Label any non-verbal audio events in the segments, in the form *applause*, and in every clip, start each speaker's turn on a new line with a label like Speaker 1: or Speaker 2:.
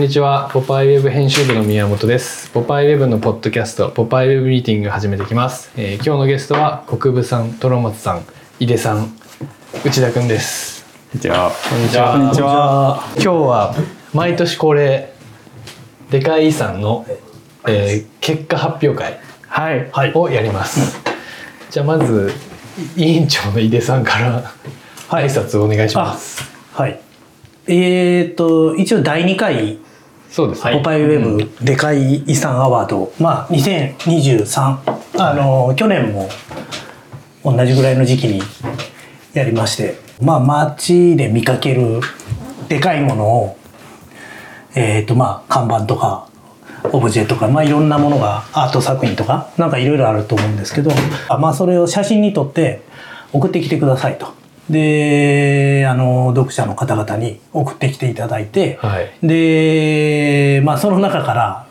Speaker 1: にちは。ポパイウェブ編集部の宮本です。ポパイウェブのポッドキャスト、ポパイウェブミーティング始めていきます。えー今日のゲストは国分さん、トロマツさん、井出さん、内田くんです。
Speaker 2: こんにちは。こん
Speaker 1: にちは
Speaker 2: こんにちは。
Speaker 1: 今日は毎年恒例でかい遺産の、えー結果発表会
Speaker 2: はい。
Speaker 1: をやります。じゃあまず委員長の井出さんから挨拶をお願いしま
Speaker 3: あ
Speaker 1: す。
Speaker 3: はい。えーっと、一応第2回、
Speaker 1: そうです
Speaker 3: ポパイウェブでかい遺産アワード、まあ、2023、あの、去年も同じぐらいの時期にやりまして、まあ、街で見かけるでかいものを、えーっと、まあ、看板とか、オブジェとか、まあ、いろんなものがアート作品とかなんかいろいろあると思うんですけどあまあそれを写真に撮って送ってきてくださいとであの読者の方々に送ってきていただいて、
Speaker 1: はい
Speaker 3: で、まあ、その中から、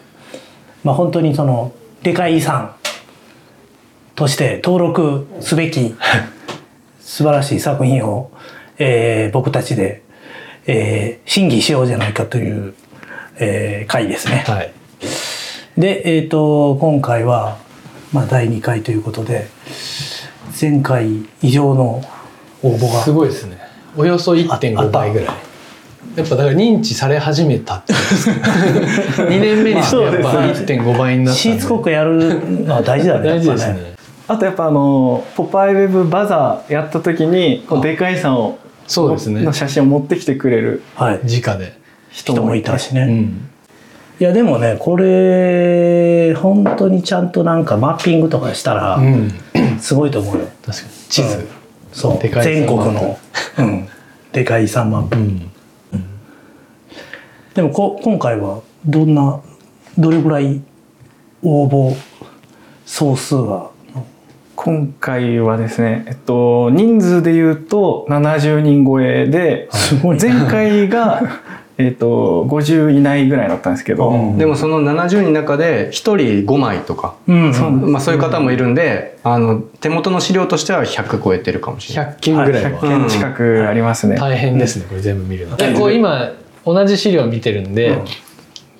Speaker 3: まあ、本当にそのでかい遺産として登録すべき素晴らしい作品を、えー僕たちで、えー審議しようじゃないかという、えー会ですね。
Speaker 1: はい。
Speaker 3: で、えー、と今回は、まあ、第2回ということで前回以上の応募
Speaker 1: す
Speaker 3: が
Speaker 1: ごいですねおよそ
Speaker 3: ああ
Speaker 1: 1.5
Speaker 3: った
Speaker 1: 倍ぐらいやっぱだから認知され始めたって2
Speaker 3: *laughs*
Speaker 1: 年目にしてやっぱ
Speaker 3: まあそうですね
Speaker 1: 1.5倍になったん
Speaker 3: し
Speaker 1: で
Speaker 3: つこくやるのは大事だ
Speaker 1: *laughs*
Speaker 3: ね
Speaker 1: 大事です
Speaker 3: やっ
Speaker 1: ね
Speaker 3: ぱね
Speaker 2: あとやっぱあのポパイウェブバザーやった時にこうでかいさんを
Speaker 1: そうですね
Speaker 2: の写真を持ってきてくれる
Speaker 3: はい
Speaker 1: 直で
Speaker 2: 人
Speaker 3: 人もいた
Speaker 2: て
Speaker 3: しね、
Speaker 1: う
Speaker 3: い
Speaker 1: ん
Speaker 3: やでもねこれ本当にちゃんとなんかマッピングとかした
Speaker 1: う
Speaker 3: ら
Speaker 1: ん
Speaker 3: すごいと思うよ、
Speaker 1: 確かに地
Speaker 3: う
Speaker 1: 図
Speaker 3: んそう
Speaker 1: でかい
Speaker 3: 全国の、うん、でかい遺産マップ
Speaker 1: うん
Speaker 3: でもこ今回はどんなどれぐらい応募総数が
Speaker 2: 今回はですねえっと人数で言うと70人超えで、
Speaker 3: すごいな
Speaker 2: 前回が *laughs* えっと50以内ぐらいだったんですけど、
Speaker 3: うん
Speaker 4: でもその70人の中で1人5枚とか、
Speaker 3: うん
Speaker 2: そうなんです
Speaker 4: まあ、そういう方もいるんで、あの手元の資料としては100超えてるかもしれない。
Speaker 1: 100件ぐらい
Speaker 2: 100
Speaker 1: は
Speaker 2: 件近くありますね、
Speaker 1: 大変ですねこれ全部見るの
Speaker 2: 大変
Speaker 1: でこう今同じ資料見てるんで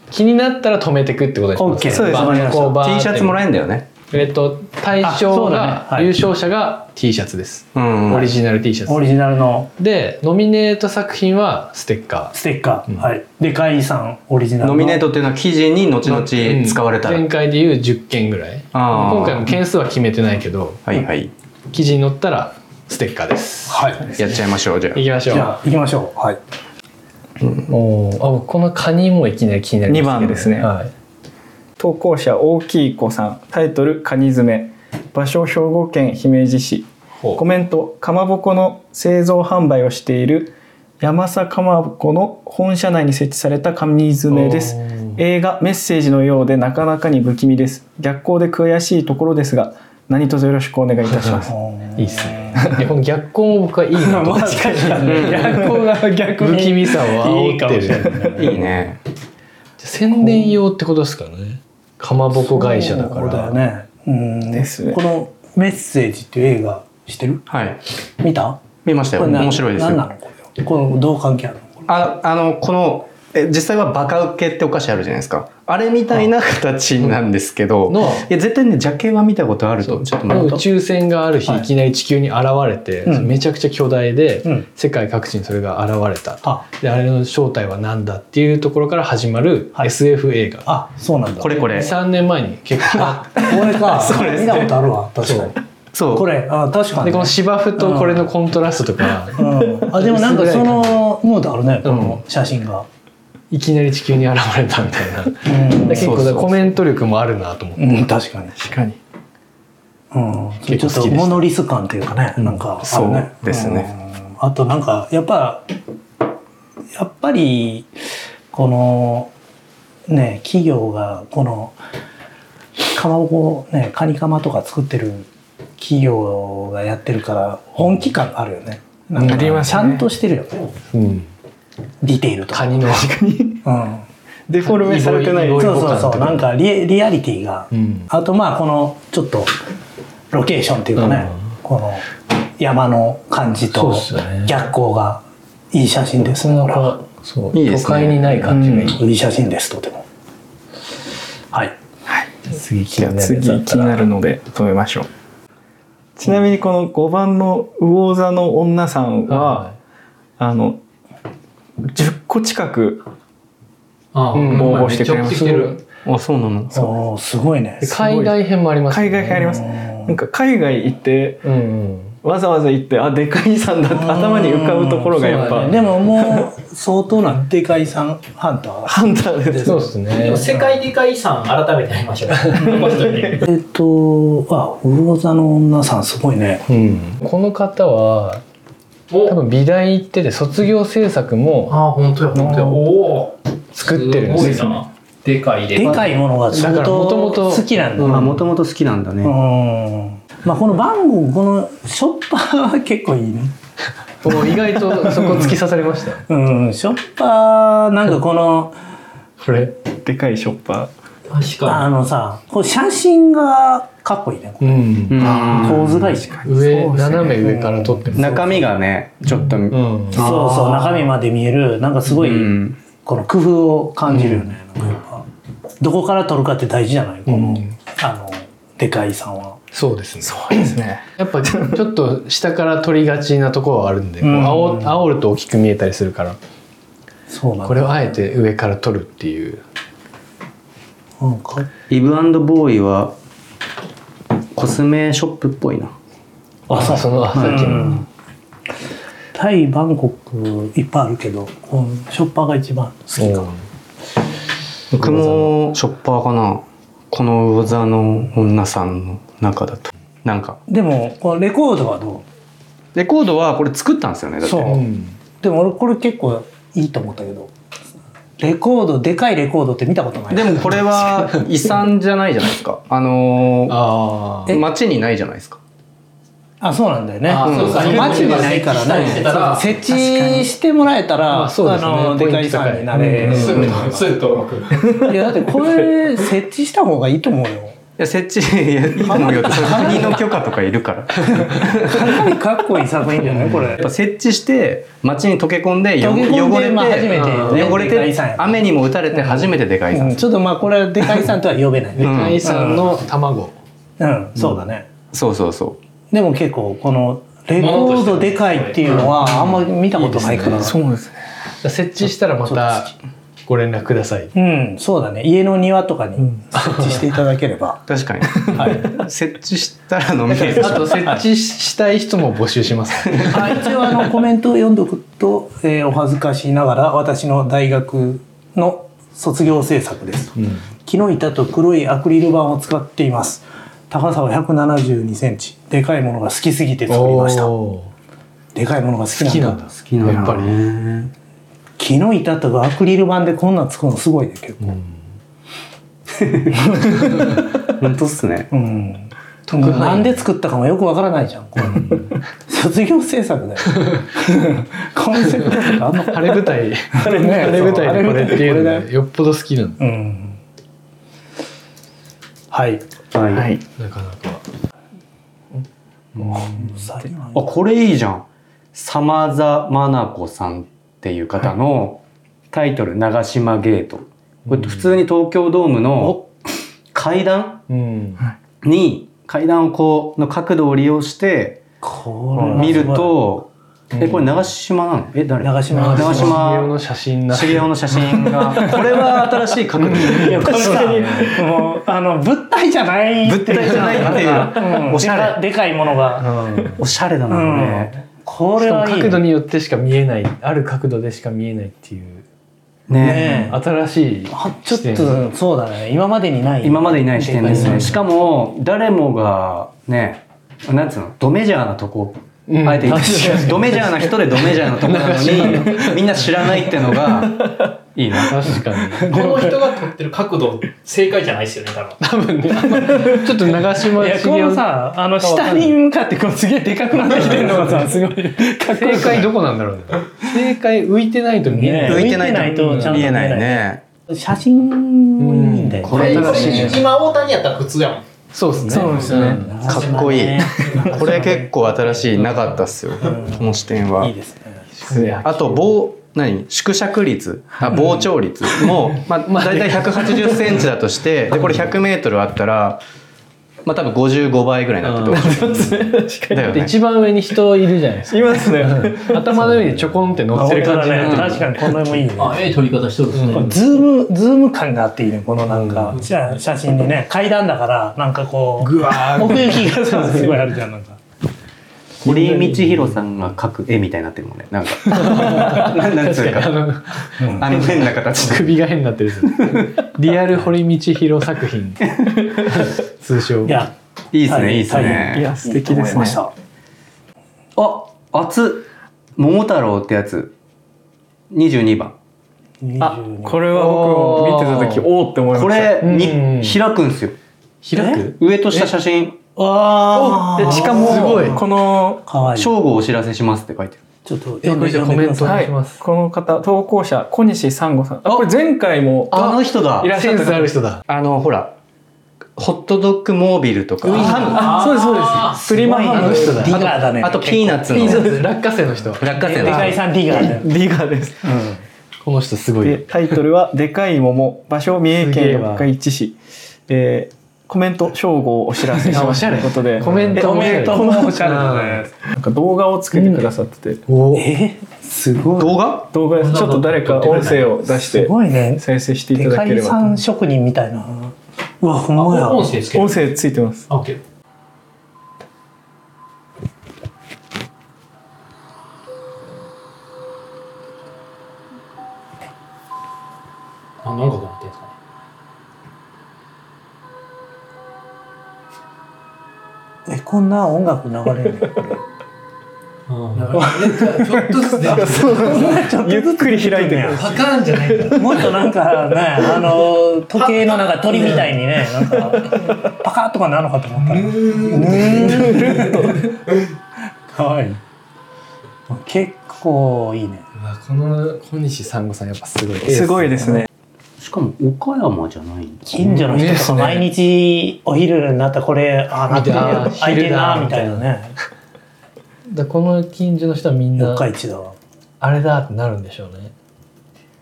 Speaker 1: 気になったら止めてくってことにします
Speaker 3: OK
Speaker 2: そうです
Speaker 1: バー
Speaker 2: わかりました
Speaker 1: こうバーって
Speaker 4: T シャツもらえんだよね。
Speaker 1: えっと対
Speaker 3: あ
Speaker 1: 象
Speaker 3: そう
Speaker 1: が
Speaker 3: だねはい
Speaker 1: 優勝者が T シャツです
Speaker 4: うん、
Speaker 1: オリジナル T シャツ
Speaker 3: オリジナルの
Speaker 1: でノミネート作品はステッカー
Speaker 3: ステッカー、
Speaker 1: うん
Speaker 3: はいでかい遺産オリジナルの
Speaker 4: ノミネートっていうのは記事に後々使われたら。
Speaker 1: 前回でいう10件ぐらい
Speaker 4: あー
Speaker 1: 今回も件数は決めてないけど
Speaker 4: はいはい。
Speaker 1: 記事に載ったらステッカーです
Speaker 3: はい
Speaker 4: やっちゃいましょう、じゃ
Speaker 1: いきまし
Speaker 3: じ
Speaker 1: ょ
Speaker 3: ゃあ行きましょうはい、
Speaker 1: うおーあ僕このカニもいきなり気になりますけど
Speaker 2: 二番ですね
Speaker 1: はい、
Speaker 2: 投稿者大きい子さんタイトル「カニ詰め」場所兵庫県姫路市コメントかまぼこの製造販売をしている山佐かまぼこの本社内に設置された紙詰めです
Speaker 1: おー
Speaker 2: 映画メッセージのようでなかなかに不気味です逆光で悔しいところですが何卒よろしくお願いいたします
Speaker 1: いいっすねいやこの逆光も僕はいいなと思って
Speaker 3: に逆光が逆
Speaker 1: 不気味さを煽ってる
Speaker 3: いいかもしれない
Speaker 4: *laughs* あ。いいね。
Speaker 1: 宣伝用ってことですからねかまぼこ会社だから
Speaker 3: そうだよねうん
Speaker 2: ですね
Speaker 3: この「メッセージ」っていう映画知ってる
Speaker 4: はい。
Speaker 3: 見た
Speaker 4: 見ましたよ。
Speaker 3: な
Speaker 4: 面白いです
Speaker 3: 何な
Speaker 4: よ。
Speaker 3: のこれこのどう関係あるのこれ
Speaker 4: ああの、この、え実際はバカウケってお菓子あるじゃないですか。あれみたいな形なんですけど、
Speaker 1: の
Speaker 4: いや絶対ね、ジャケは見たことあると。ちょっと待って
Speaker 1: 宇宙船がある日
Speaker 3: はい
Speaker 1: いきなり地球に現れて、
Speaker 3: うん
Speaker 1: めちゃくちゃ巨大で、
Speaker 3: うん
Speaker 1: 世界各地にそれが現れたと
Speaker 3: あ
Speaker 1: であれの正体は何だっていうところから始まる
Speaker 3: はい
Speaker 1: SF 映画、
Speaker 3: あそうなんだ
Speaker 4: これこれ。
Speaker 1: 3年前に結構あっ
Speaker 3: これか
Speaker 4: *laughs* そうですね
Speaker 3: 見たことあるわ確か
Speaker 1: そ
Speaker 3: に
Speaker 4: そう。
Speaker 3: これあ確か
Speaker 1: た
Speaker 3: *laughs* に、
Speaker 1: でこの芝生とこれのコントラストとか、
Speaker 3: うん、あでもなんかそ
Speaker 4: *laughs*
Speaker 3: のムードあるねこの写真が、
Speaker 1: いきなり地球に現れたみたいなで
Speaker 3: うん
Speaker 1: 結構
Speaker 4: そうそうそう
Speaker 1: コメント力もあるなと思って、
Speaker 3: うん、確かに、
Speaker 2: 確かに
Speaker 3: うん、ち
Speaker 1: 結
Speaker 3: ょ
Speaker 1: 構好き
Speaker 3: っと
Speaker 1: でした
Speaker 3: モノリス感というかね、なんかあるね
Speaker 4: そうですね、
Speaker 3: うんあとなんかやっぱやっぱりこのね企業がこのかまぼこねカニカマとか作ってる企業がやってるから本気感あるよねなんか
Speaker 2: ありますね
Speaker 3: ちゃんとしてるよね
Speaker 1: うん
Speaker 3: ディテールと
Speaker 1: カ
Speaker 3: か、
Speaker 1: ニの、
Speaker 3: うん、
Speaker 2: *laughs* デフォルメされてない
Speaker 1: イボイ
Speaker 3: そうそう
Speaker 1: 感と
Speaker 3: そう
Speaker 1: か
Speaker 3: なんかリリアリティが、
Speaker 1: うん
Speaker 3: あとまあこのちょっとロケーションっていうかね、
Speaker 1: うん
Speaker 3: この山の感じ
Speaker 1: そう
Speaker 3: と
Speaker 1: っすよね
Speaker 3: 逆光がいい写真です
Speaker 1: な
Speaker 3: ね
Speaker 1: ん
Speaker 3: これは
Speaker 1: かそう
Speaker 4: いいですね
Speaker 1: 都会にない感じがいい、
Speaker 3: いい写真ですとてもはい
Speaker 1: 次気
Speaker 2: じゃあ次気になるので止めましょうちなみにこの5番の魚座の女さんは、
Speaker 1: は
Speaker 2: あの10個近く
Speaker 1: ああ
Speaker 4: うん
Speaker 2: 応募してくれま
Speaker 1: めっ
Speaker 2: し
Speaker 1: ちゃ送ってき
Speaker 2: た
Speaker 1: てる
Speaker 4: あ、そうなの。
Speaker 3: おーすごいね
Speaker 1: で海外編もありますね、
Speaker 2: 海外編あります
Speaker 3: うん
Speaker 2: なんか海外行って
Speaker 1: うんうん
Speaker 2: わざわざ行ってあでかいさんだって頭に浮かぶところがや
Speaker 1: そ
Speaker 2: っ
Speaker 1: うだ
Speaker 2: ぱ、
Speaker 1: ね
Speaker 3: でももう相当なでかいさんハンター
Speaker 2: ハンターです
Speaker 1: そうです
Speaker 5: で
Speaker 1: ね
Speaker 5: も世界理解遺産改めてやりまし *laughs* ょう。この人に
Speaker 3: えっと、あ、魚座の女さんすごいね。
Speaker 1: うん、この方は
Speaker 5: お
Speaker 1: 多分美大行ってて卒業制作も
Speaker 5: ああ、本当や、本当や。おお。
Speaker 1: 作ってるんです
Speaker 5: すごいな。でかいで。
Speaker 3: でかいものが相当
Speaker 1: だから元々
Speaker 3: 好きなんだ。
Speaker 4: あ、
Speaker 3: うん
Speaker 4: もともと好きなんだね。
Speaker 3: まあこの番号このショッパーは結構いいね。
Speaker 1: お意外とそこ突き刺されました
Speaker 3: うん、ショッパーなんかこの
Speaker 1: これ
Speaker 2: でかいショッパ
Speaker 5: 確
Speaker 3: あ
Speaker 5: か
Speaker 3: のさ、こう写真がかっこいいね。
Speaker 1: うん、
Speaker 4: うん
Speaker 3: 構図がいいし。そう
Speaker 1: 上、
Speaker 2: そうですね
Speaker 1: 斜め上から撮ってます
Speaker 4: 中身がね、ちょっと。うん。
Speaker 1: うん
Speaker 3: そう中身まで見えるなんかすごいこの工夫を感じるよね。なんかやっぱどこから撮るかって大事じゃないこの、
Speaker 1: うん
Speaker 3: あのでかいさんは。
Speaker 1: そうですね
Speaker 2: ーそうですね
Speaker 1: やっぱちょっと下から撮りがちなところはあるんで、こう
Speaker 3: うん
Speaker 1: 煽煽ると大きく見えたりするから
Speaker 3: そうなんだ
Speaker 1: これをあえて上から撮るっていう
Speaker 3: うんか
Speaker 4: イブボーイは。コスメショップっぽいな。
Speaker 1: あそのあさっきの、
Speaker 3: うんタイバンコクいっぱいあるけど、うん、ショッパーが一番好きか
Speaker 1: おう
Speaker 4: 僕もショッパーかな。この魚座の女さんの中だと。なんか。
Speaker 3: でもこのレコードはど
Speaker 4: レコードはこれ作ったんですよね。だって
Speaker 3: そう
Speaker 1: うん
Speaker 3: うでも俺これ結構いいと思ったけどレコードでかいレコードって見たことない
Speaker 4: でもこれ *laughs* は遺産じゃないじゃないですか。あのー
Speaker 1: ああ
Speaker 3: え
Speaker 4: 街にないじゃないですか。
Speaker 3: あそうなんだよね
Speaker 1: あ
Speaker 4: そうそう
Speaker 3: マジでないから
Speaker 5: 設置したりしてたら
Speaker 3: ね設置してもらえたら
Speaker 1: まあそうですね
Speaker 3: のでかいさんになれ
Speaker 1: ポイント高い
Speaker 5: に。すぐ登録。
Speaker 3: いやだってこれ設置した方がいいと思うよ
Speaker 4: いや設 *laughs* 置いやいいと思うよってそれ国の許可とかいる *laughs* から。や
Speaker 3: かなりかっこいい作品じゃないこれ
Speaker 4: っぱ設置して街に溶け込んでよ
Speaker 3: 溶け込んで
Speaker 4: 汚れて、
Speaker 3: まあ初めてね
Speaker 4: うん汚れ
Speaker 3: でかい
Speaker 4: て
Speaker 3: さんや
Speaker 4: 雨にも打たれて初めてでかいさん。
Speaker 3: うんちょっとまあこれはでかいさんとは呼べないね
Speaker 4: うん
Speaker 1: 中井さんの卵、
Speaker 3: うん、そうだね。
Speaker 4: そうそうそう。
Speaker 3: でも結構このレコードでかいっていうのはあんまり見たことないから。
Speaker 2: そうですね
Speaker 1: 設置したらまたご連絡くださ
Speaker 3: *laughs*
Speaker 1: い
Speaker 3: うん、そうだね。家の庭とかに設置していただければ。
Speaker 4: 確かに。設置したら飲みえる
Speaker 1: あと設置したい人も募集します、
Speaker 3: あ一応あ
Speaker 5: *laughs*
Speaker 3: のコメントを読んでおくと、えーお恥ずかしながら私の大学の卒業制作ですと。
Speaker 1: うん
Speaker 3: 木の板と黒いアクリル板を使っています。高さは172センチ。でかいものが好きすぎて作りました。
Speaker 1: おー
Speaker 3: でかいものが好き
Speaker 1: 好き
Speaker 3: な
Speaker 1: なんん
Speaker 3: だ
Speaker 1: だ。
Speaker 4: 好きな
Speaker 1: やっぱり
Speaker 4: ね。
Speaker 3: 木の板とかアクリル板でこんなん作るのすごいね、結構。 *laughs*
Speaker 4: 本当っすね。
Speaker 3: うん、なんで作ったかもよくわからないじゃんこれ卒業制作
Speaker 4: *laughs*
Speaker 3: だよコンセプトとかあんの
Speaker 1: 晴れ舞台、
Speaker 3: あれね
Speaker 1: 晴れ舞台でこれっていう
Speaker 3: あれ
Speaker 1: の
Speaker 3: ね
Speaker 1: がよっぽど好きなんだ
Speaker 3: うんはい
Speaker 4: *laughs* は。
Speaker 2: はいい
Speaker 1: なかなか
Speaker 4: あ、これいいじゃん。サマザマナコさんっていう方のタイトル、長島ゲート。これ普通に東京ドームの階段
Speaker 1: うん
Speaker 4: に、階段をこう、の角度を利用して
Speaker 3: これは
Speaker 4: 見ると、
Speaker 1: うん
Speaker 4: え、これ長島なのえ、誰
Speaker 3: 長島
Speaker 4: 長島
Speaker 1: 茂雄の写真な
Speaker 4: 茂雄の写真が。 *laughs* これは新しい角度。
Speaker 3: いやこれさもうあの物体じゃない
Speaker 4: 物体じゃないっていう。
Speaker 3: お
Speaker 4: お
Speaker 3: し
Speaker 4: し
Speaker 3: ゃ
Speaker 4: ゃ
Speaker 3: れ
Speaker 4: れ。
Speaker 3: でかでかいものが、
Speaker 1: うん
Speaker 4: おしゃれだな、こ
Speaker 3: うん
Speaker 4: れ。
Speaker 3: こ
Speaker 1: し
Speaker 3: れ
Speaker 1: かも
Speaker 3: はいい
Speaker 1: 角度によってしか見えないある角度でしか見えないっていう
Speaker 4: ね
Speaker 3: ねえ
Speaker 1: 新しい
Speaker 3: あちょっ
Speaker 1: 視点
Speaker 3: とそうだね今までにない
Speaker 4: 今までにない視点です
Speaker 3: う
Speaker 4: ね。
Speaker 3: ん
Speaker 4: しかも、誰もが、ね、なんつうの、ドメジャーなとこ、
Speaker 1: うん
Speaker 4: あえて言って
Speaker 1: 確かに
Speaker 4: ドメジャーな人でドメジャーなとこなの *laughs* に、みんな知らないってのが、いいな。
Speaker 1: 確かに
Speaker 5: この人が撮ってる角度、正解じゃないですよね、多
Speaker 1: 多
Speaker 5: 分。
Speaker 1: 分ねちょっと長島
Speaker 3: いやこ
Speaker 1: 茂雄
Speaker 3: のさあの下に向かってこうすげえでかくなってきてるのがさすごいかっこよ
Speaker 1: 正
Speaker 3: くない
Speaker 1: 解どこなんだろうね正解浮いてないと見えない、
Speaker 3: ね
Speaker 4: 浮いてない
Speaker 3: 浮いてないとちゃんと
Speaker 4: 見えないね。
Speaker 3: 写真もいいんだよ、ね
Speaker 1: これ
Speaker 5: こ
Speaker 1: 新しいね
Speaker 5: れ今大谷やったら普通やもん。
Speaker 1: そうですね
Speaker 2: そうですね
Speaker 1: ん
Speaker 4: かっこいい。これ結構新しい、なかったっすよ。この視点は。
Speaker 3: いいですね
Speaker 1: 失礼
Speaker 4: あと、ボー、何縮尺率、あ膨張率も、まあ、大体180センチだとして、で、これ100メートルあったら、まあ、多分55倍ぐらいになってると思う。
Speaker 2: 確かに
Speaker 4: だよ
Speaker 1: で
Speaker 4: ね。
Speaker 1: 一番上に人いるじゃないです
Speaker 2: いますね
Speaker 1: か頭の上にちょこんって乗ってる感じ
Speaker 3: ね
Speaker 4: うん
Speaker 3: 確かにこの辺もいいね
Speaker 5: あ、ええ取り方してるんですね。
Speaker 3: ズームズーム感があっていいねこのなんか、じゃあ写真にね階段だからなんかこう
Speaker 1: ぐわー
Speaker 3: 奥行きがそうすごいあるじゃんな
Speaker 2: *laughs*
Speaker 3: んか
Speaker 4: 堀江道弘さんが描く絵みたいになってるもんね。なんか。 *laughs* ななんつう
Speaker 1: 確かにあ
Speaker 4: か。
Speaker 1: の *laughs*
Speaker 4: あの変な形で。
Speaker 1: 首が変になってるやつリアル堀道弘作品通称
Speaker 3: いや
Speaker 4: いいです
Speaker 3: はい
Speaker 4: ね、いいです
Speaker 2: い
Speaker 4: ね。
Speaker 2: や素敵です
Speaker 3: いいと思いま
Speaker 2: ね
Speaker 3: した
Speaker 4: あ、熱っ桃太郎ってやつ。22番。
Speaker 2: あ
Speaker 3: 22
Speaker 2: これは僕も見てた時おおって思いま
Speaker 4: こ
Speaker 2: した
Speaker 4: れ、
Speaker 1: うん
Speaker 4: に開くんすよ。
Speaker 1: 開く
Speaker 4: 上と下写真、
Speaker 3: あー
Speaker 1: おえしかもすごい
Speaker 2: この
Speaker 3: かわいいちょ
Speaker 4: 正午をお知らせしますって書いてる。
Speaker 3: っと
Speaker 1: えこれじゃあコメントお
Speaker 2: は
Speaker 1: 願い
Speaker 2: い
Speaker 1: します
Speaker 2: この方投稿者小西三吾さんあこれ前回も
Speaker 4: あの人だ
Speaker 2: い。らっし
Speaker 1: セ
Speaker 2: ゃっ
Speaker 1: ン
Speaker 2: た
Speaker 1: スあ
Speaker 2: 方
Speaker 1: る人だ
Speaker 4: あの、ほら、ホットドッグモービルとか、ハム
Speaker 2: あそうですそうですプリマハ
Speaker 1: あの
Speaker 2: ム
Speaker 1: 人だ
Speaker 3: ディガーだね
Speaker 4: あとピーナッツの
Speaker 1: いいそう
Speaker 4: 落
Speaker 1: です落花生の人
Speaker 4: 花生
Speaker 3: でかい
Speaker 4: の。
Speaker 3: さんディガーだよ
Speaker 2: ディガーです
Speaker 1: この人すごい
Speaker 2: でタイトルは「でかい桃場所三重
Speaker 1: すげえ
Speaker 2: 県
Speaker 1: わ
Speaker 2: 四日市市」えーコメント正午をお知らせし
Speaker 1: あお
Speaker 2: ま
Speaker 1: し
Speaker 2: す
Speaker 1: ゃ
Speaker 2: と
Speaker 1: れ
Speaker 2: いうことで
Speaker 1: コメント
Speaker 2: え
Speaker 1: も
Speaker 2: コメント
Speaker 1: おしゃれだね
Speaker 2: なんか動画をつけてくださってて、
Speaker 1: お
Speaker 3: えーすごい
Speaker 4: 動画
Speaker 2: 動画ですちょっと誰か音声を出し
Speaker 3: す
Speaker 2: て
Speaker 3: ごいね
Speaker 2: 再生してい
Speaker 3: で
Speaker 2: ただ
Speaker 3: か
Speaker 2: けれ
Speaker 3: い
Speaker 2: ば
Speaker 3: さん職人みたいなうわほんまや
Speaker 5: 音声つける
Speaker 2: 音。声ついて *laughs* ます
Speaker 5: あ、オッケー。あ、なんかと思ってんすかね。
Speaker 3: えこんな音楽流
Speaker 2: *laughs*
Speaker 3: れるのこれ
Speaker 5: うん。だから、ちょっとずつで、
Speaker 2: ゆっくり開いてくる
Speaker 5: パカーンじゃないんだ。
Speaker 3: もっとなんかね、あの時計のなんか鳥みたいにね、なんかパカッとかなるのかと思ったら。うーんかわいい。結構いいね。
Speaker 1: うわこの小西三五さんやっぱすごい
Speaker 2: すごいですすね
Speaker 4: しかも岡山じゃないんだ。
Speaker 3: 近所の人とか毎日お昼になったらこれ、あ、なってる
Speaker 1: 見てあ
Speaker 3: 開いてん
Speaker 1: 昼
Speaker 3: な、
Speaker 1: だ
Speaker 3: みたいなね。
Speaker 1: だこの近所の人はみん
Speaker 3: 四
Speaker 1: な
Speaker 3: 日市だわ。
Speaker 1: あれだってなるんでしょうね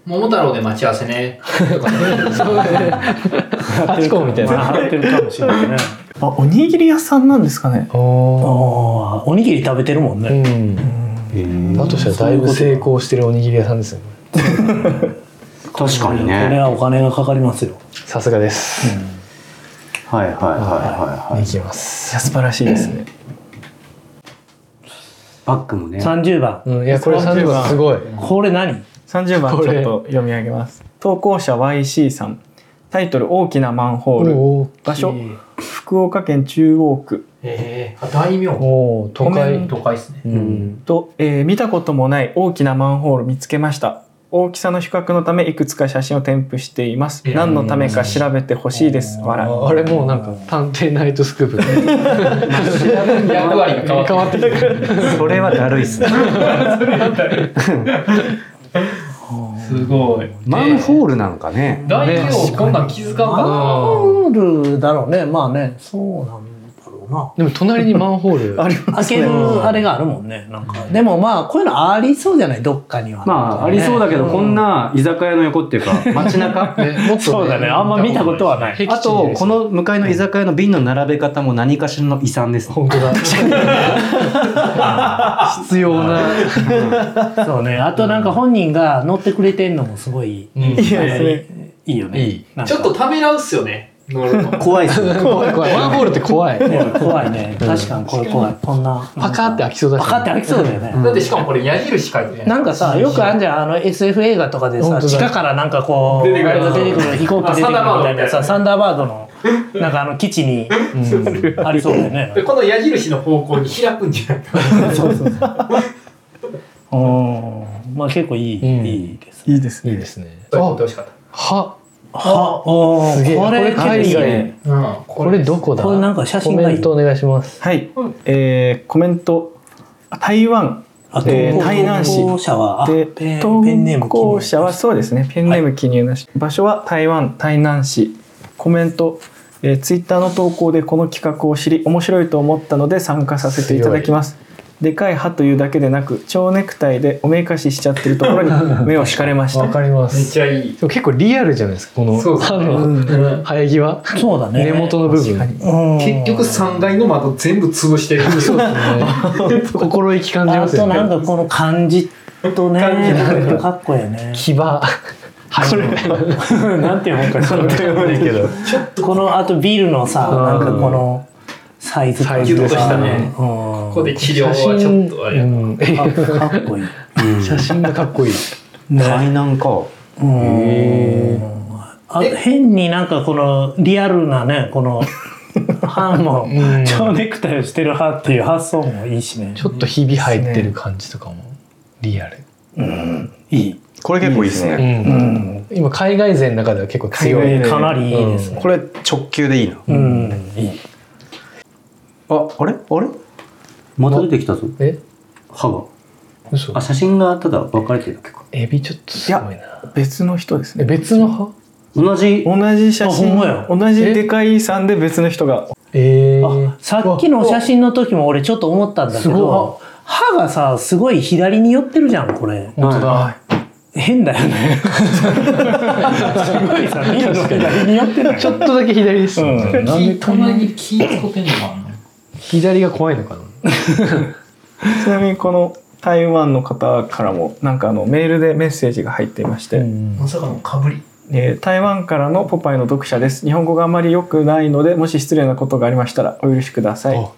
Speaker 5: 桃太郎で待ち合わせ *laughs* ね。
Speaker 1: ハチ公みたいな
Speaker 3: まあ払ってるかもしれないね。
Speaker 2: あおにぎり屋さんなんですかね
Speaker 1: お
Speaker 3: おーおにぎり食べてるもん
Speaker 1: う
Speaker 3: ね。
Speaker 1: んだとしたらだいぶ成功してるおにぎり屋さんですよね
Speaker 4: 確かに
Speaker 3: これ
Speaker 4: ね。
Speaker 3: はお金がかかりますよ。
Speaker 1: さすがです、
Speaker 4: はいはいはいはいはい
Speaker 1: い。きます
Speaker 2: いや素晴らしいですね
Speaker 4: バックもね。
Speaker 3: 30番。
Speaker 1: うん、いやこれ30番すごい
Speaker 3: これ何
Speaker 2: 30番
Speaker 1: こ
Speaker 2: ち
Speaker 1: れ
Speaker 2: ょっと読み上げます投稿者 YC さんタイトル「大きなマンホール」
Speaker 1: おー
Speaker 2: 場所福岡県中央区
Speaker 5: ええー、あ、大名。
Speaker 1: おー都
Speaker 2: ごめ
Speaker 1: 会
Speaker 2: ん
Speaker 5: 都会っすね。
Speaker 1: うん
Speaker 2: と、えー見たこともない大きなマンホール見つけました大きさの比較のためいくつか写真を添付しています
Speaker 5: いや
Speaker 2: 何のためか調べてほしいです笑い
Speaker 1: ああれもうなんか探偵ナイトスクープ
Speaker 5: 役割が変わって
Speaker 1: 変わってる
Speaker 4: *laughs* それはだるいっすね。
Speaker 5: すごい。
Speaker 4: マンホールなんかね。
Speaker 5: 大名、こんなん気づかんか
Speaker 3: マ
Speaker 5: な。
Speaker 3: ンホールだろうね。まあね、そうなんだろうな。
Speaker 1: でも隣にマンホール
Speaker 2: ありま
Speaker 3: 開
Speaker 2: す
Speaker 3: け
Speaker 2: ね
Speaker 3: るあれがあるもんね。なんか。でもまあ、こういうのありそうじゃないどっかには。
Speaker 4: まあ、ありそうだけど、こん
Speaker 3: な。
Speaker 4: な居酒屋の横っていうか、街中。
Speaker 1: ねもっと、ね、
Speaker 3: そうだね。あんま見たことはない。
Speaker 1: 僻地
Speaker 4: あと、こ
Speaker 1: の
Speaker 4: の向かいの居酒屋の瓶の並べ方も何かしらの遺産ですね。
Speaker 1: 本当だ必要な
Speaker 3: そうね。あとなんか本人が乗ってくれてんのもすごい、
Speaker 1: うん
Speaker 2: いいですね
Speaker 3: いいよね。
Speaker 1: いい
Speaker 3: なんか
Speaker 5: ちょっとためらうっすよね。乗るの。
Speaker 4: 怖いっすね。
Speaker 1: 怖い怖いマンホールって怖い
Speaker 3: 怖いね。確かにこれ怖い。こんな。
Speaker 1: パカって開きそうだし
Speaker 3: パカって開きそうだよね。
Speaker 5: だってしかもこれ矢印書いてね。
Speaker 3: なんかさ、よくあるじゃん、あの SF 映画とかで
Speaker 1: 本
Speaker 3: さ、
Speaker 1: 当だ
Speaker 3: 地下からなんかこう、
Speaker 5: 出てくる
Speaker 3: あれが出てくる飛行機出てくるみたいなさ、
Speaker 5: あ
Speaker 3: サンダーバードの、なんかあの基地にありそうだよね
Speaker 5: で。この矢印の方向に開くんじゃないか。
Speaker 3: うん。まあ結構いい、
Speaker 1: うん
Speaker 3: いいです。
Speaker 2: いいです
Speaker 1: いい
Speaker 2: ね
Speaker 1: ですね
Speaker 5: そうやって
Speaker 1: あ
Speaker 5: 欲しかっ
Speaker 1: は
Speaker 3: は、おー
Speaker 1: すげえ
Speaker 3: これ結
Speaker 1: こ
Speaker 3: 構
Speaker 1: れ
Speaker 3: い
Speaker 1: 海
Speaker 3: い
Speaker 1: 外
Speaker 3: ね。
Speaker 5: た。うん。
Speaker 1: これどこだ
Speaker 3: これなんか写真が
Speaker 1: コ
Speaker 3: いい
Speaker 1: メントお願いします
Speaker 2: はい、えーコメントあ台湾
Speaker 3: あと、
Speaker 2: えー台南市
Speaker 3: 投稿者は、あ
Speaker 2: で
Speaker 3: ペン
Speaker 2: 投
Speaker 3: ペンネーム
Speaker 2: 稿者はそうですねペンネーム記入なし、場所は台湾台南市コメントえー、ツイッターの投稿でこの企画を知り面白いと思ったので参加させていただきますでかい歯というだけでなく蝶ネクタイでおめかししちゃってるところ
Speaker 3: *laughs*
Speaker 2: に目を惹かれまし
Speaker 1: わ
Speaker 2: た
Speaker 1: かりま
Speaker 5: めっ
Speaker 1: す
Speaker 5: ちゃいい。
Speaker 1: でも結構リアルじゃないですかこの
Speaker 6: そうです
Speaker 1: 歯
Speaker 6: ね
Speaker 1: の
Speaker 5: うん
Speaker 1: 生え際
Speaker 3: そうだね
Speaker 1: 根元の部分
Speaker 6: 確
Speaker 3: うん
Speaker 6: 結局3階の窓全部潰してる。
Speaker 1: そうですね心意気感じ
Speaker 3: あ
Speaker 1: ます
Speaker 3: と
Speaker 1: よね
Speaker 3: なんかこの感じとね
Speaker 6: 感じ
Speaker 3: なんかかっこいいよね
Speaker 1: 牙これ
Speaker 3: *laughs* なんていう本かそれこのあとビールのさなんかこのサイズ感
Speaker 5: サイズとした
Speaker 3: ね
Speaker 5: ね
Speaker 3: こ
Speaker 5: ここで治療はちょっとあれ。
Speaker 3: かっ *laughs* こいい
Speaker 1: 写真がかっこいい
Speaker 4: 海南か。
Speaker 3: うんあ変になんかこのリアルなねこ *laughs* の歯も蝶ネクタイをしてる歯っていう発想もいいしね
Speaker 1: ちょっとひび入ってる感じとかもリアル、
Speaker 3: いい、
Speaker 4: これ結構いいですね。
Speaker 1: うん
Speaker 3: うん、
Speaker 1: 今海外勢の中では結構強い
Speaker 3: かなりいいですね
Speaker 4: これ直球でいいな。
Speaker 3: うん、いい
Speaker 4: あ、あれあれまた出てきたぞ。
Speaker 1: え
Speaker 4: 歯が。
Speaker 1: 嘘
Speaker 4: あ、写真がただ分かれてるだけか。
Speaker 1: エビちょっとすごいな
Speaker 2: 別の人です
Speaker 1: え
Speaker 2: ね
Speaker 1: 別の歯
Speaker 4: 同じ。
Speaker 2: 同じ写
Speaker 3: あほん
Speaker 2: 真
Speaker 3: まや
Speaker 2: 同じでかいさんで別の人が
Speaker 1: え
Speaker 3: あさっきの写真の時も俺ちょっと思ったんだけ
Speaker 1: すご
Speaker 3: ど歯がさすごい左に寄ってるじゃんこれ
Speaker 1: 本当だ
Speaker 3: 変だよねすごいさ見るの左に寄ってない
Speaker 1: ちょっとだけ左です、
Speaker 2: うんなんで
Speaker 6: 木たまに木使ってんのかな
Speaker 1: 左が怖いのかな
Speaker 2: ちなみにこの台湾の方からもなんかあのメールでメッセージが入っていまして、
Speaker 5: まさかのかぶり。
Speaker 2: えー台湾からのポパイの読者です。日本語があまり良くないので、もし失礼なことがありましたらお許しください
Speaker 1: あ。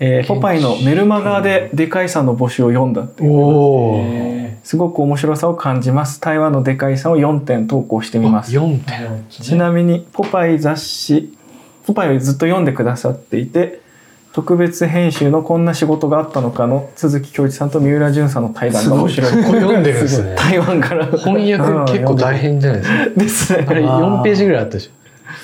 Speaker 2: えーポパイのメルマガででかいさんの募集を読んだって
Speaker 1: おお、
Speaker 2: すごく面白さを感じます。台湾のでかいさんを4点投稿してみます。
Speaker 1: 4点
Speaker 2: ちなみにポパイ雑誌「ポパイ」をずっと読んでくださっていて特別編集の「こんな仕事があったのか」の鈴木恭一さんと三浦淳さんの対談が面白い
Speaker 1: これ読んでるんですね
Speaker 2: 台湾から
Speaker 1: 翻訳結構大変じゃないですか
Speaker 2: 変です
Speaker 1: あれ
Speaker 2: ね
Speaker 1: 4ページぐらいあったでしょ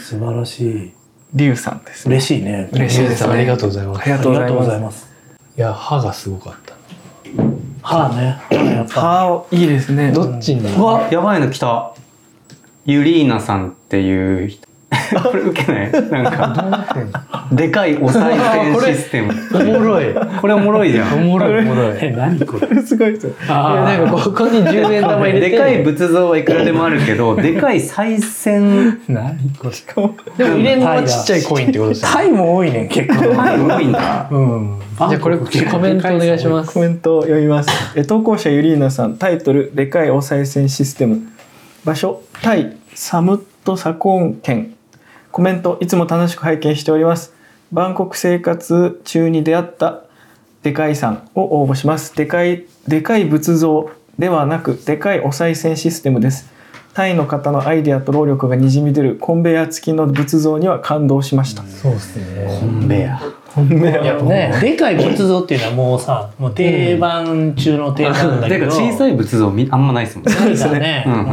Speaker 3: 素晴らしい
Speaker 2: リュウさんですね
Speaker 3: 嬉しいね
Speaker 1: 嬉しいですありがとうございます
Speaker 2: ありがとうございます
Speaker 3: ます
Speaker 1: いや歯がすごかった
Speaker 3: 歯ね歯やっぱ
Speaker 2: はあいいですね
Speaker 1: どっちに
Speaker 4: うわ、やばいの来た。ユリーナさんっていう人。これ受けないなんか、でかいお賽銭システム。
Speaker 1: おもろい
Speaker 4: これおもろいじゃ
Speaker 1: お
Speaker 4: ん。
Speaker 1: もろいおもろい
Speaker 3: え何これ
Speaker 2: すごいですね
Speaker 1: なんかここに10円玉入れて
Speaker 4: でかい仏像はいくらでもあるけど、でかい賽銭、
Speaker 3: 何こ
Speaker 1: で
Speaker 3: れ
Speaker 1: も入れるのはちっちゃいコインってことですね
Speaker 3: タイも多いね結構
Speaker 4: はい、うまいんだ。
Speaker 3: うん
Speaker 1: じゃあこれコメントお願いし *laughs* ます
Speaker 2: コメントを読みます。え投稿者ユリーナさん、タイトル、でかいお賽銭システム。場所、タイ、サムットサコーン県。コメント、いつも楽しく拝見しております。バンコク生活中に出会ったでかいさんを応募します。でかい、でかい仏像ではなく、でかいお賽銭システムです。タイの方のアイデアと労力がにじみ出るコンベヤー付きの仏像には感動しました。
Speaker 1: そうですね
Speaker 4: コンベヤ。
Speaker 2: コンベヤ
Speaker 3: やっぱねでかい仏像っていうのはもうさもう定番中の定番だけ
Speaker 4: で
Speaker 3: ど、
Speaker 4: か小さい仏像みあんまないですもんね。
Speaker 3: そうだね、
Speaker 4: う
Speaker 3: うんん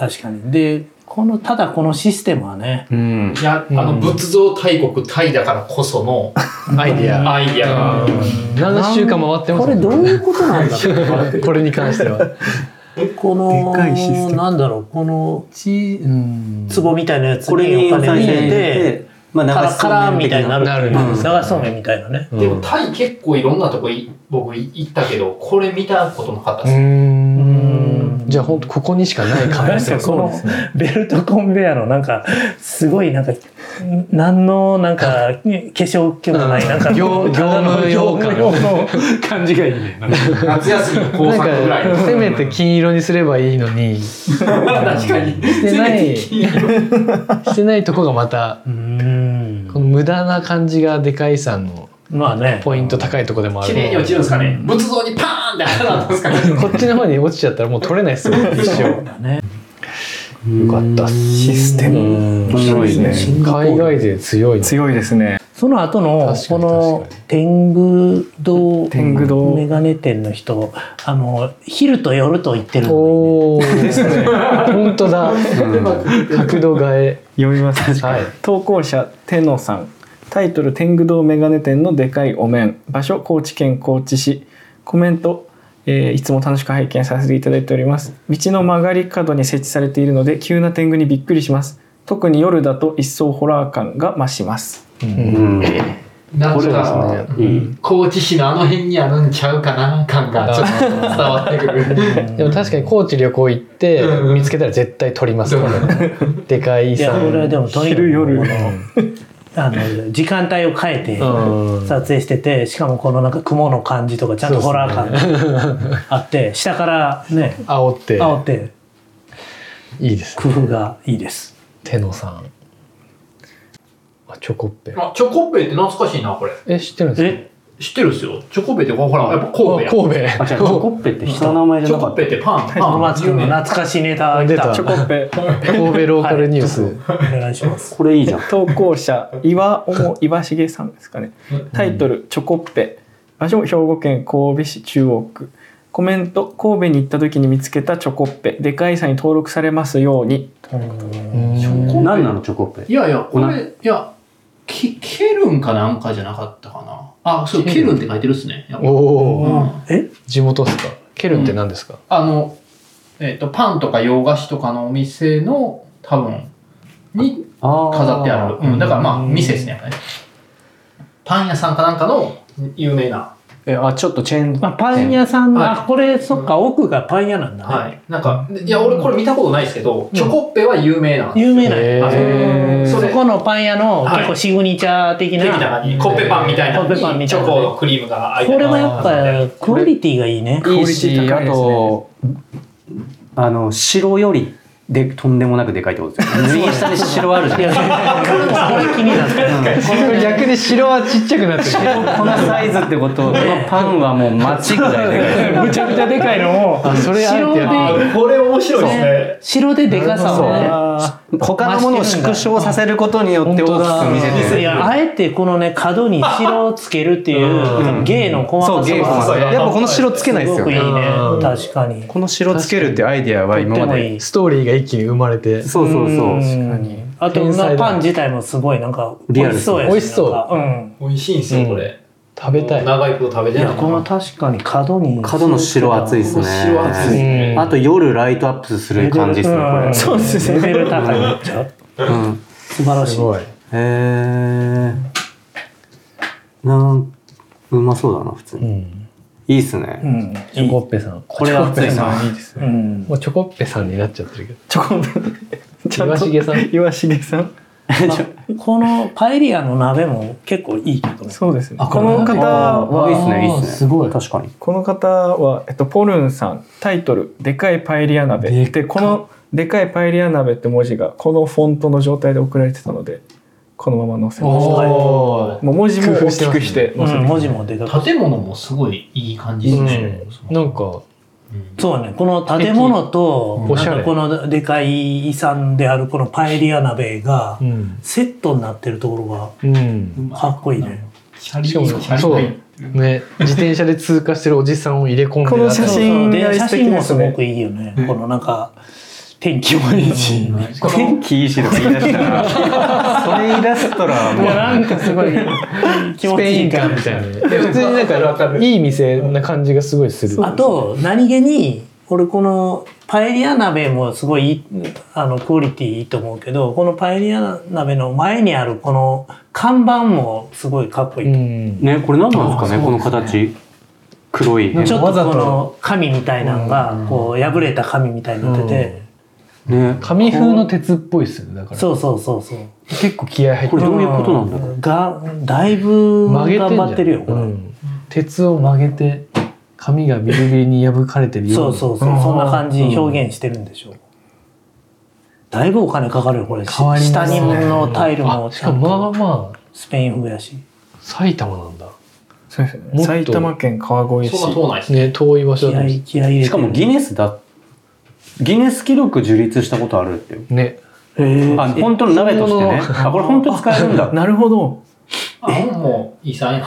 Speaker 3: 確かにでこのただこのシステムはね
Speaker 4: うん
Speaker 5: い。や、あの、仏像大国タイだからこその
Speaker 1: アイディア
Speaker 5: アイディアが。
Speaker 1: 何週間回ってます
Speaker 3: これどういうことなんだろう
Speaker 1: れこれに関しては
Speaker 3: こ
Speaker 2: *laughs*
Speaker 3: の
Speaker 2: でかいシステム
Speaker 3: なんだろうこのちうん壺みたいなやつ
Speaker 4: これ
Speaker 3: に
Speaker 4: に
Speaker 3: お
Speaker 4: お
Speaker 3: 金
Speaker 4: 賽
Speaker 3: 入れ
Speaker 4: 銭入れ
Speaker 3: て
Speaker 4: て、まあ
Speaker 3: カラカラーみたいになる
Speaker 1: なる
Speaker 3: うん
Speaker 4: うん
Speaker 3: 流しそうめんみたいなね
Speaker 5: でもタイ結構いろんなとこい僕い行ったけど、これ見たことなかった
Speaker 1: う
Speaker 5: です。
Speaker 1: んじゃあ本当ここにしかない可能性 *laughs*
Speaker 3: なんかこのベルトコンベヤのなんかすごいなんか何のなんか化粧気もないなんか
Speaker 1: 業業務用感
Speaker 3: 業務用の
Speaker 4: 感じがいいね。
Speaker 5: 夏休みの後
Speaker 1: なん
Speaker 5: 半ぐらいの。
Speaker 1: かせめて金色にすればいいのにし
Speaker 5: 確かに。
Speaker 1: てない
Speaker 5: せめて
Speaker 1: てないとこがまた
Speaker 3: うーん
Speaker 1: この無駄な感じがでかいさんの
Speaker 3: まあね
Speaker 1: ポイント高いとこでもあ
Speaker 5: 綺
Speaker 1: る
Speaker 5: 麗に落ちるんですかね。仏像にパーンって当たったんですかね。
Speaker 1: こっちの方に落ちちゃったらもう取れないですよ一生よ
Speaker 3: ね
Speaker 1: かったっす
Speaker 2: システム。
Speaker 4: 面白いね。
Speaker 1: 海外勢強いね
Speaker 2: 強いですね。
Speaker 3: その後の
Speaker 1: 確か
Speaker 3: こ
Speaker 1: に
Speaker 3: の
Speaker 1: 確か
Speaker 3: 天狗堂
Speaker 2: 天狗堂
Speaker 3: メガネ店の人あの昼と夜と言ってるの
Speaker 1: おおですね本当だ角度変え
Speaker 2: 読みます。
Speaker 1: はい
Speaker 2: 投稿者てのさんタイトル「天狗堂メガネ店のでかいお面」場所高知県高知市コメント、えーいつも楽しく拝見させていただいております道の曲がり角に設置されているので急な天狗にびっ
Speaker 1: *laughs*
Speaker 2: くりします特に夜だと一層ホラー感が増します
Speaker 4: うん。
Speaker 5: なん
Speaker 4: これ
Speaker 5: か、
Speaker 4: はですね、うん、
Speaker 5: 高知市のあの辺にあるんちゃうかな感がちょっと伝わってくる。
Speaker 1: でも確かに高知旅行行って
Speaker 5: うんうん
Speaker 1: 見つけたら絶対取ります
Speaker 5: うん
Speaker 1: これでかい
Speaker 3: い
Speaker 1: 遺
Speaker 3: や
Speaker 1: 産
Speaker 3: 俺はでもとにかく
Speaker 2: 昼夜
Speaker 3: このあの時間帯を変えて
Speaker 1: うん
Speaker 3: 撮影しててしかもこのなんか雲の感じとかちゃんとホラー感
Speaker 1: *laughs*
Speaker 3: があって、下からね
Speaker 1: 煽って
Speaker 3: 煽って
Speaker 1: いいですね
Speaker 3: 工夫がいいです
Speaker 1: 手野さんあチョコッペ
Speaker 5: あ、チョコッペイって懐かしいな、これ。
Speaker 1: え知ってるんですか
Speaker 3: え
Speaker 5: 知ってるっすよ。チョコッペイって、ほら、やっぱ神戸
Speaker 1: あ
Speaker 5: や。
Speaker 1: 神
Speaker 4: あ違うチョコッペって人の名前じ
Speaker 5: チ
Speaker 4: ゃな
Speaker 5: ョコ
Speaker 4: か
Speaker 5: ッ
Speaker 4: っ
Speaker 5: ペ
Speaker 4: た
Speaker 5: イってパン、パ
Speaker 3: 小
Speaker 5: ン。
Speaker 3: 松君の
Speaker 5: 有名
Speaker 3: 懐かしいネタ
Speaker 1: 出
Speaker 3: 来
Speaker 1: た
Speaker 3: た
Speaker 2: チョコペ
Speaker 1: 戸神戸ローカルニュース、
Speaker 3: お願いし
Speaker 1: *laughs*
Speaker 3: ます
Speaker 4: これいいじゃん
Speaker 2: 投稿者岩尾岩重さんですかねタイトル「チョコッペ」場所兵庫県神戸市中央区コメント「神戸に行った時に見つけたチョコッペでかいさに登録されますように
Speaker 5: コッペ
Speaker 4: 何なのチョコッペ
Speaker 5: いやいや、こ
Speaker 4: な
Speaker 5: れ、いや、きケルンかなんかじゃなかったかな。あ、そう、ケルンって書いてるっすね。やっぱ
Speaker 1: おおー
Speaker 5: うん
Speaker 3: え
Speaker 1: 地元っすかケルンって何ですか、
Speaker 5: あの、えっ、と、パンとか洋菓子とかのお店の、多分、に飾
Speaker 4: 飾
Speaker 5: ってある。うん、だからまあ、店ですね、やっぱり。パン屋さんかなんかの有名な。
Speaker 4: えあちょっとチェーン
Speaker 3: あパン屋さんの、
Speaker 5: はい
Speaker 3: あこれそっか奥がパン屋なんだね、
Speaker 5: はい。なんか、いや、俺これ見たことないですけど、チョコッペは有名なんですよ。
Speaker 3: 有名な
Speaker 1: へ
Speaker 3: ん
Speaker 1: ー
Speaker 3: や
Speaker 5: ー
Speaker 3: そ
Speaker 5: それ
Speaker 3: このパン屋の
Speaker 5: はい
Speaker 3: 結構シグニチャー的な、
Speaker 5: 的な感じ。コッペパンみたいなの
Speaker 3: コッペパン
Speaker 5: に
Speaker 3: み
Speaker 5: チ
Speaker 3: たい
Speaker 5: ョ
Speaker 3: な
Speaker 5: コのクリームが入って
Speaker 3: これ
Speaker 5: る
Speaker 3: はやっぱクオリティがいいね
Speaker 4: いい
Speaker 2: クオリティ
Speaker 4: し、
Speaker 2: 高い
Speaker 4: あ
Speaker 2: ですね
Speaker 4: と、あの、城よりで、とんでもなくでかいってことですよ。 *laughs* 右下に城あるじゃん。
Speaker 3: いやそれそれ気になっ
Speaker 1: *laughs*
Speaker 3: た
Speaker 1: 逆に城はちっちゃくなってる
Speaker 4: このサイズってこと、このパンはもう街ぐらいでか
Speaker 3: *laughs*
Speaker 4: い。
Speaker 3: むちゃくちゃでかいのを
Speaker 1: あそれあえてやって
Speaker 3: 白
Speaker 5: あこれ面白いですね。
Speaker 3: 白ででかさをね
Speaker 4: 他のものを縮小させることによって大きく見せて
Speaker 3: い
Speaker 4: る。
Speaker 3: やあえてこのね角に白をつけるっていう
Speaker 4: うん
Speaker 3: 芸の細
Speaker 4: そう、
Speaker 3: かさ
Speaker 4: ゲーム
Speaker 3: が
Speaker 5: そうそう
Speaker 4: やっぱこの城つけないです
Speaker 3: す
Speaker 4: よ
Speaker 3: ごくいい
Speaker 4: ね。
Speaker 3: ね
Speaker 1: うん
Speaker 3: 確かに
Speaker 4: この城つけるってアイディアは今ま
Speaker 3: とってもい
Speaker 4: で。
Speaker 3: い
Speaker 1: ストーリーが一気に生まれて
Speaker 4: そうそうそう。
Speaker 3: んあと
Speaker 1: 天才だ
Speaker 3: パン自体もすごいなんか美
Speaker 4: リアル
Speaker 3: 味しそうや
Speaker 1: 美味しそう
Speaker 3: なんかん
Speaker 5: 美味しいんですよ、これ。
Speaker 1: 食べたい、
Speaker 5: 長いこと食べ
Speaker 3: い
Speaker 5: てな
Speaker 3: や
Speaker 5: い。
Speaker 3: この確かに角に
Speaker 4: 角の城熱いですね。
Speaker 5: 城熱いです
Speaker 1: ね
Speaker 4: あと夜ライトアップする感じですね、こ
Speaker 3: う
Speaker 4: れ
Speaker 3: ん。そうですねレベル高いめっちゃ
Speaker 4: うん
Speaker 3: 素晴らし
Speaker 1: す
Speaker 3: い
Speaker 1: ごい
Speaker 4: へえ。なん、うまそうだな、普通に。いいっすね。
Speaker 3: うん
Speaker 1: チョコッペさん
Speaker 4: これ熱いな。
Speaker 3: うん
Speaker 1: もうチョコッペさんになっちゃってるけど
Speaker 2: チョコペちゃん
Speaker 1: 岩
Speaker 2: と
Speaker 1: 重さん
Speaker 2: 岩重さん
Speaker 3: このパエリアの鍋も結構いいけどね
Speaker 2: そうですね
Speaker 4: あ
Speaker 2: この方
Speaker 4: あいいっすね、いいっすね。
Speaker 1: すごい
Speaker 4: 確かに。
Speaker 2: この方は、えっと、ポルンさんタイトル「でかいパエリア鍋」でこの「でかいパエリア鍋」って文字がこのフォントの状態で送られてたのでこのまま載せました
Speaker 1: おー
Speaker 2: もう文字も
Speaker 1: 工
Speaker 2: 大
Speaker 1: 夫して
Speaker 2: き
Speaker 1: ますね
Speaker 2: くして
Speaker 3: う
Speaker 2: 載せ
Speaker 3: ん
Speaker 2: て
Speaker 3: 文字もでかく
Speaker 5: 建物もすごいいい感じですね。
Speaker 1: なんか
Speaker 3: そうねこの建物と
Speaker 1: うんおしゃれ
Speaker 3: なんかこのでかい遺産であるこのパエリア鍋が
Speaker 1: うん、
Speaker 3: セットになってるところ
Speaker 1: うん、
Speaker 3: がかっこいいね
Speaker 5: シャリ
Speaker 1: しかもそうね自転車で通過してるおじさんを入れ込んで
Speaker 2: この
Speaker 1: あたり
Speaker 2: 写真
Speaker 3: そうそうで
Speaker 2: が
Speaker 3: 写
Speaker 2: 素敵
Speaker 3: 真
Speaker 2: で
Speaker 3: もす
Speaker 2: す
Speaker 3: ご
Speaker 2: ね
Speaker 3: くいいよねこのなんか天気もいいし
Speaker 5: こ
Speaker 3: *laughs*
Speaker 4: 天気いいしとか言い出したら、それ言い出したらもう、
Speaker 3: なんかすごい気
Speaker 1: ス
Speaker 3: 持
Speaker 1: ペ
Speaker 3: ち
Speaker 1: イ
Speaker 3: いい
Speaker 1: ン
Speaker 3: 感
Speaker 1: 感
Speaker 3: じ
Speaker 1: みたいなね普通になんかいい店な感じがすごいする
Speaker 3: あと何気に俺このパエリア鍋もすごいいいあのクオリティいいと思うけどこのパエリア鍋の前にあるこの看板もすごいかっこいい、
Speaker 1: うん
Speaker 4: *laughs* ね、これ何なんですかね、この形。黒いね。
Speaker 3: ちょ
Speaker 1: わ
Speaker 3: っ
Speaker 1: ざ
Speaker 3: と
Speaker 1: と
Speaker 3: この紙みたいなのがこう破れた紙みたいになってて、
Speaker 4: ね。
Speaker 1: 紙風の鉄っぽいっすよねだから
Speaker 3: そうそうそうそう
Speaker 1: 結構気合入って
Speaker 4: これどういうことなんだろう。
Speaker 3: んがだいぶ
Speaker 1: 曲げてん
Speaker 3: 頑
Speaker 1: じゃん
Speaker 3: 張ってるよこれ、
Speaker 1: うん、鉄を曲げて紙がビリビリに破かれてるよ
Speaker 3: そうう
Speaker 1: に
Speaker 3: そうそう、
Speaker 1: ん
Speaker 3: そんな感じ表現してるんでしょう、だいぶお金かかるよこれ、し
Speaker 1: 変わりま
Speaker 3: 下
Speaker 1: すね
Speaker 3: にのタイルも
Speaker 1: あし
Speaker 3: ちゃ
Speaker 1: か
Speaker 3: ん
Speaker 1: も
Speaker 3: と
Speaker 1: まあまあ
Speaker 3: スペイン風やし
Speaker 1: 埼玉なんだ
Speaker 2: そうですね
Speaker 1: もっと
Speaker 2: 埼玉県川越市
Speaker 5: そんな遠ないですね。
Speaker 1: ね遠い場所
Speaker 3: 気
Speaker 1: だ
Speaker 3: 合
Speaker 1: と
Speaker 3: い気合い入れてる
Speaker 4: しかもギネスだ、ギネス記録樹立したことあるっていう。
Speaker 1: ね
Speaker 3: へえ
Speaker 4: あ、本当の鍋としてね。あ、これ本当に使えるんだ。
Speaker 2: なるほど
Speaker 5: あ、もう遺産や。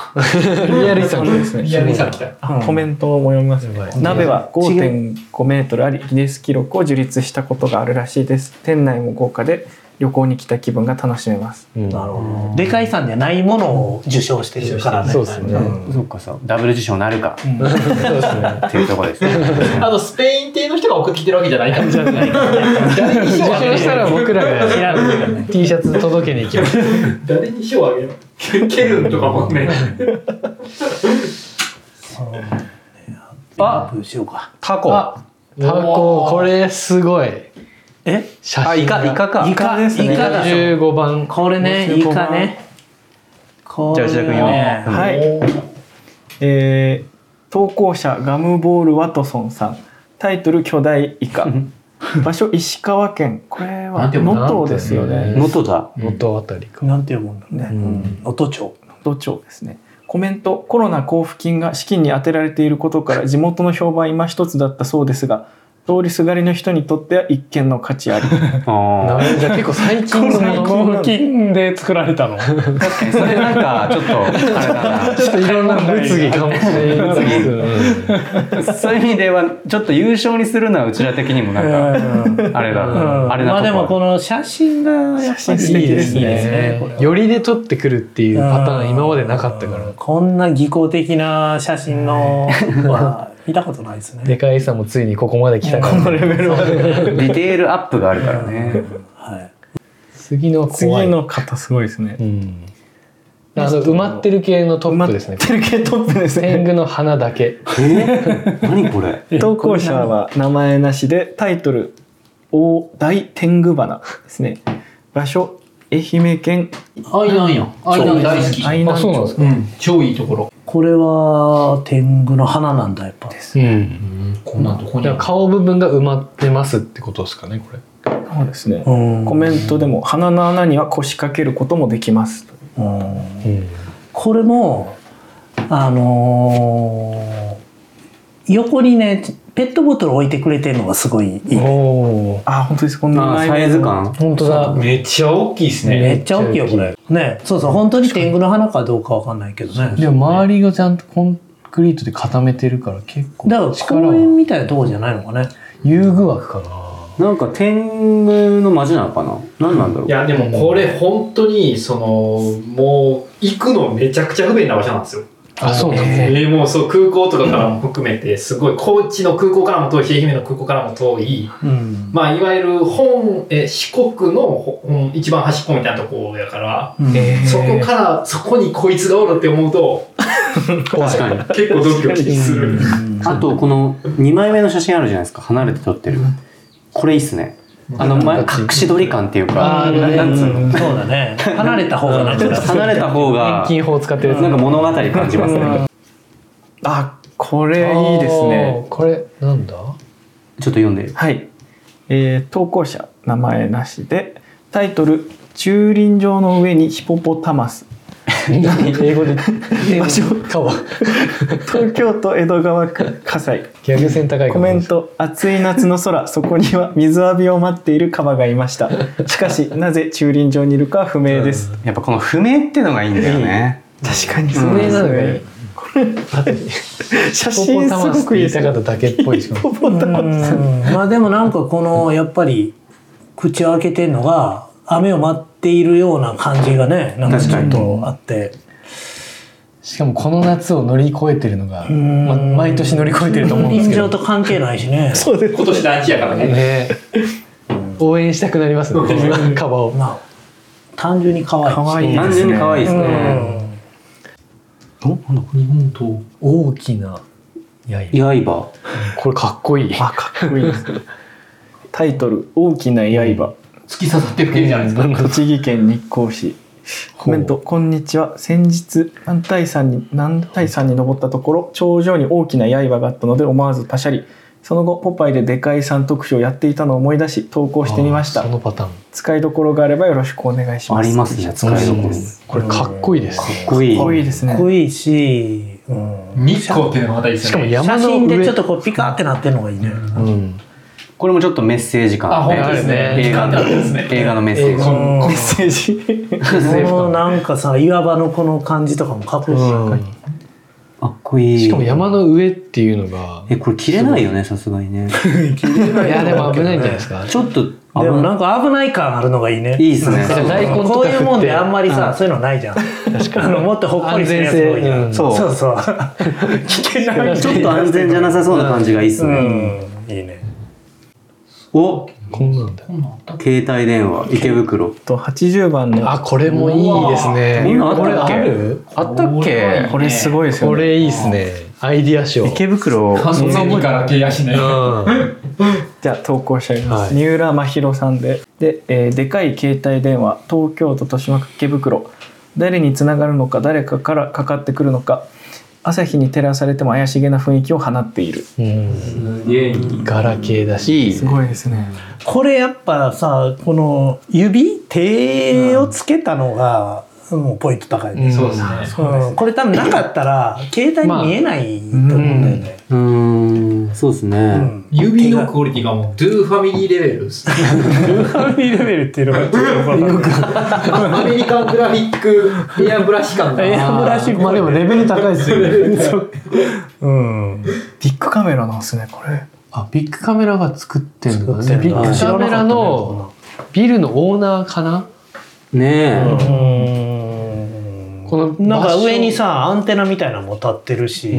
Speaker 2: リアル遺産ですね
Speaker 5: リアル遺産来た。
Speaker 2: あコメントも読みますね
Speaker 1: やばい
Speaker 2: 鍋は5.5メートルありギネス記録を樹立したことがあるらしいです店内も豪華で旅行に来た気分が楽しめます。
Speaker 4: うん
Speaker 3: なるほど。でかいさんではないものを受賞してるからね。
Speaker 1: そうですね
Speaker 3: ん
Speaker 4: そっかそうダブル受賞なるか
Speaker 3: うん
Speaker 4: っていうところです *laughs* ね
Speaker 6: あの、スペイン系の人が送ってきてるわけじゃないから。じゃない誰に
Speaker 1: 受
Speaker 6: 賞あげ
Speaker 1: 賞したら
Speaker 6: る
Speaker 1: 僕ら
Speaker 3: 知
Speaker 1: が
Speaker 3: らんけどね
Speaker 1: T シャツ届けに行きます
Speaker 6: 誰に賞あげるケケルンとかもね。
Speaker 3: あ、どうしようか。
Speaker 4: タコ
Speaker 1: あタコこれすごい
Speaker 3: え、
Speaker 1: 写
Speaker 4: あ
Speaker 1: 真
Speaker 4: イ
Speaker 1: が
Speaker 4: カイカか
Speaker 3: イカですね。イカだ。
Speaker 1: 15番
Speaker 3: これね、イカね。これ
Speaker 4: じゃあ内田君読め
Speaker 3: ね
Speaker 2: はい。えー投稿者ガムボールワトソンさんタイトル「巨大イカ」場所石川県これ
Speaker 6: な
Speaker 2: は
Speaker 6: んて読
Speaker 2: 能
Speaker 6: む
Speaker 2: 登ですよ
Speaker 1: なんて読むね
Speaker 2: ね
Speaker 4: 能登だ
Speaker 1: 能登あたりか
Speaker 3: なんていうもんだろうね。
Speaker 2: ね
Speaker 3: 能登町。
Speaker 2: 能登町ですねコメントコロナ交付金が資金に充てられていることから地元の評判今一つだったそうですが通りすがりの人にとっては一見の価値あり
Speaker 1: な
Speaker 4: あ
Speaker 1: るほどじゃあ結構最近のもの
Speaker 3: 金で作られたの。
Speaker 4: ー確かにそれなんかちょっとあれだ
Speaker 1: ちょっといろんな物議かもしれないですうん
Speaker 4: なそういう意味ではちょっと優勝にするのはうちら的にもなんかあれだ
Speaker 3: うん
Speaker 4: なあれな
Speaker 3: ま
Speaker 4: とこ
Speaker 3: あでもこの写真がやっぱりいいですね。これは
Speaker 1: よりで撮ってくるっていうパターン今までなかったから
Speaker 3: うんこんな技巧的な写真のは見たことないですね。
Speaker 1: でかいさもついにここまで来たから、
Speaker 3: レベルまで。
Speaker 4: ディテールアップがあるからね
Speaker 3: はい。
Speaker 1: 次の
Speaker 2: 次
Speaker 1: 怖い
Speaker 2: の方すごいですね
Speaker 1: うんあの埋まってる系のトップですね
Speaker 2: テルケトップですね
Speaker 1: 天狗の花だけ
Speaker 4: え何こ
Speaker 2: *laughs*
Speaker 4: れ
Speaker 2: 投稿者は名前なしでタイトル「大大天狗花」ですね場所愛媛県
Speaker 6: 愛なんや。愛なん大好き。
Speaker 2: 愛
Speaker 1: あ
Speaker 2: 南
Speaker 1: そうなんで
Speaker 2: 町
Speaker 1: すか
Speaker 6: うん、超いいところ。
Speaker 3: これは天狗の花なんだやっぱ。
Speaker 1: うん
Speaker 6: こんなとこに
Speaker 1: だから。顔部分が埋まってますってことですかねこれ
Speaker 2: そうですね
Speaker 3: うん
Speaker 2: コメントでも「鼻の穴には腰掛けることもできます
Speaker 3: うん
Speaker 1: うん
Speaker 3: これもあのー横にねペットボトル置いてくれてるのがすごいいい。
Speaker 1: おお」
Speaker 2: あ本当ですこんな
Speaker 4: あ
Speaker 2: 内面
Speaker 4: サイズ感
Speaker 1: 本当だ
Speaker 6: めっちゃ大きいです
Speaker 3: めっちゃ大きいよこれ。ね、そうそう本当に天狗の花かどうかわかんないけどね。
Speaker 1: でも周りがちゃんとコンクリートで固めてるから結構
Speaker 3: だから
Speaker 1: 力
Speaker 3: 公
Speaker 1: は
Speaker 3: 園みたいなとこじゃないのかね。
Speaker 1: 遊具枠かな
Speaker 4: なんか天狗の街なのかな何なんだろう
Speaker 6: いやでもこれ本当にそのもう行くのめちゃくちゃ不便な場所なんですよ。
Speaker 1: あそうなんですね、
Speaker 6: えーもうそう空港とかからも含めてすごい高知の空港からも遠い愛媛の空港からも遠い、
Speaker 3: うん。
Speaker 6: まあ、いわゆる本えー四国のほほん一番端っこみたいなとこやから、
Speaker 3: うん
Speaker 6: そこからそこにこいつがおるって思うと
Speaker 4: 確かに
Speaker 6: 結構ドキドキする。
Speaker 4: あとこの2枚目の写真あるじゃないですか離れて撮ってるこれいいっすねあの前隠し撮り感っていうか
Speaker 3: あー
Speaker 4: ななんつうの
Speaker 3: ね、そうだね。離れた方がなん
Speaker 4: ちょっと
Speaker 3: か。
Speaker 4: 離れた方
Speaker 1: 遠
Speaker 4: が
Speaker 1: 近法使ってるやつ
Speaker 4: なんか物語感じますね
Speaker 2: あこれいいですね
Speaker 1: あーこれなんだ
Speaker 4: ちょっと読んで
Speaker 2: はい、えー投稿者名前なしでタイトル「駐輪場の上にヒポポタマス」
Speaker 1: *laughs* 英語で
Speaker 2: 場所
Speaker 1: かは
Speaker 2: 東京都江戸川区葛
Speaker 1: *laughs*
Speaker 2: 西
Speaker 1: ギャグ線高いか
Speaker 2: コ
Speaker 1: も
Speaker 2: メント「暑い夏の空そこには水浴びを待っているカバがいました」しかしなぜ駐輪場にいるかは不明です、
Speaker 4: やっぱこの不明ってのがいいんだよね
Speaker 2: 確かにそ
Speaker 1: 不
Speaker 2: れ
Speaker 1: 明
Speaker 2: な
Speaker 1: な
Speaker 2: の
Speaker 1: のが
Speaker 2: がい
Speaker 1: い
Speaker 2: い
Speaker 1: いだって
Speaker 2: 写真すごくいいです
Speaker 1: ポポタマスって言いたかっただけっぽいしかも
Speaker 3: うんまあでもなんかこのやっぱり口を開けてんのが雨を待っているような感じがねなんかちょっとあって
Speaker 1: しかもこの夏を乗り越えてるのが、
Speaker 3: ん
Speaker 1: ま、毎年乗り越えてると思うんです
Speaker 3: 臨
Speaker 1: け
Speaker 3: 場
Speaker 1: ど
Speaker 3: と関係ないしね
Speaker 2: そうです
Speaker 6: 今年大事やからね。
Speaker 1: ね応援したくなりますねカバを
Speaker 3: まあ単純に可愛い
Speaker 2: 可愛い
Speaker 4: 単
Speaker 2: です
Speaker 4: 純に可
Speaker 2: ね
Speaker 4: 愛いですね
Speaker 3: う
Speaker 4: おなんだこ
Speaker 6: 日本と
Speaker 1: 大きな刃
Speaker 4: れ刃
Speaker 1: これかっこいい
Speaker 2: あかっこいいですねタイトル「大きな刃」
Speaker 6: 突き刺さってる系じゃないですか。
Speaker 2: 栃木県日光市コメント「こんにちは先日南大山に南大山に登ったところ頂上に大きな刃があったので思わずパシャリその後ポパイででかいさん特集をやっていたのを思い出し投稿してみました
Speaker 1: あーそのパターン
Speaker 2: 使いどころがあればよろしくお願いしま
Speaker 4: あ
Speaker 2: す
Speaker 4: りますね使いどころか
Speaker 1: これかっこいいです
Speaker 4: っこい
Speaker 2: かっこいい
Speaker 4: い
Speaker 2: です
Speaker 3: んか
Speaker 2: ね
Speaker 3: っこいいし、うん
Speaker 6: 日光っていうのがまたいいです
Speaker 1: しか
Speaker 6: よ
Speaker 1: も
Speaker 6: ね。
Speaker 1: 山
Speaker 3: 写
Speaker 1: の
Speaker 3: 真
Speaker 1: 上
Speaker 3: でちょっとこうピカーってなってるのがいいね、
Speaker 1: うん
Speaker 4: これもちょっとメッセージ感
Speaker 6: あ本当ですね
Speaker 4: 映画
Speaker 6: あ
Speaker 4: の
Speaker 6: りますね
Speaker 4: 映画のメッセージ
Speaker 3: うん
Speaker 2: メッセージ
Speaker 3: このなんかさ岩場のこの感じとかもかっこいいし、
Speaker 1: うん
Speaker 4: かっこいい
Speaker 1: しかも山の上っていうのが
Speaker 4: えこれ切れないよねさすがにね
Speaker 1: いやでも危ないんじゃないですか
Speaker 4: ちょっと危
Speaker 3: でも
Speaker 4: な
Speaker 3: なんか危ない感あるのがいいね。
Speaker 4: いいっすね
Speaker 3: なんか
Speaker 1: 大根とか
Speaker 3: こういうもんで
Speaker 1: 振って
Speaker 3: あんまりさ、そういうのないじゃん。あのもっとほっこりするやつが多いじゃ
Speaker 1: 安全
Speaker 3: ん。
Speaker 4: 性うん
Speaker 3: そうそう。危険な感
Speaker 4: い
Speaker 3: じ
Speaker 4: ちょっと安全じゃなさそうな感じがいいっす
Speaker 3: う
Speaker 4: ね、
Speaker 3: ん。いいね。
Speaker 4: お
Speaker 1: こんなんだ
Speaker 5: こんなんあったっけ
Speaker 4: 携帯電話池袋
Speaker 2: と80番の
Speaker 1: あこれもいいですね
Speaker 4: うわ
Speaker 1: これあ
Speaker 4: こんなん
Speaker 1: る
Speaker 4: あったっ
Speaker 5: これはいい
Speaker 4: け
Speaker 5: ね
Speaker 2: これすごいですよ
Speaker 1: こ
Speaker 2: ね
Speaker 1: れいいですねアイディア賞
Speaker 2: 池袋 *laughs*
Speaker 5: 完全にガラケーやしね
Speaker 1: うん
Speaker 2: じゃあ投稿してあります、
Speaker 1: はい
Speaker 2: 三浦真宙さんでで、えーでかい携帯電話東京都豊島区池袋誰につながるのか誰かからかかってくるのか朝日に照らされても怪しげな雰囲気を放っている
Speaker 4: すげえ
Speaker 1: ガラケーだし
Speaker 4: いい
Speaker 2: すごいですね
Speaker 3: これやっぱさこの指手をつけたのが、もうポイント高いね、
Speaker 1: そう
Speaker 6: ですね
Speaker 3: うんこれ多分なかったら携帯に見えないと思うんだよね、
Speaker 4: うーんそうですね、
Speaker 3: うん
Speaker 6: 指のクオリティがもう、ドゥーファミリーレベルです。
Speaker 3: ハミレベルっていうの
Speaker 1: *laughs*
Speaker 3: が
Speaker 6: アメリカングラフィック、エアブラシ感が。
Speaker 3: エアブラシっぽい
Speaker 1: まあでもレベル高いですよね
Speaker 3: *laughs* うん
Speaker 2: ビッグカメラなんですねこれ
Speaker 1: あビッグカメラが作ってんだ
Speaker 3: 作って
Speaker 1: ね
Speaker 3: んだ
Speaker 1: ビッグカメラのビルのオーナーかな
Speaker 4: ね
Speaker 3: うん
Speaker 1: この
Speaker 3: なんか上にさアンテナみたいなのも立ってるし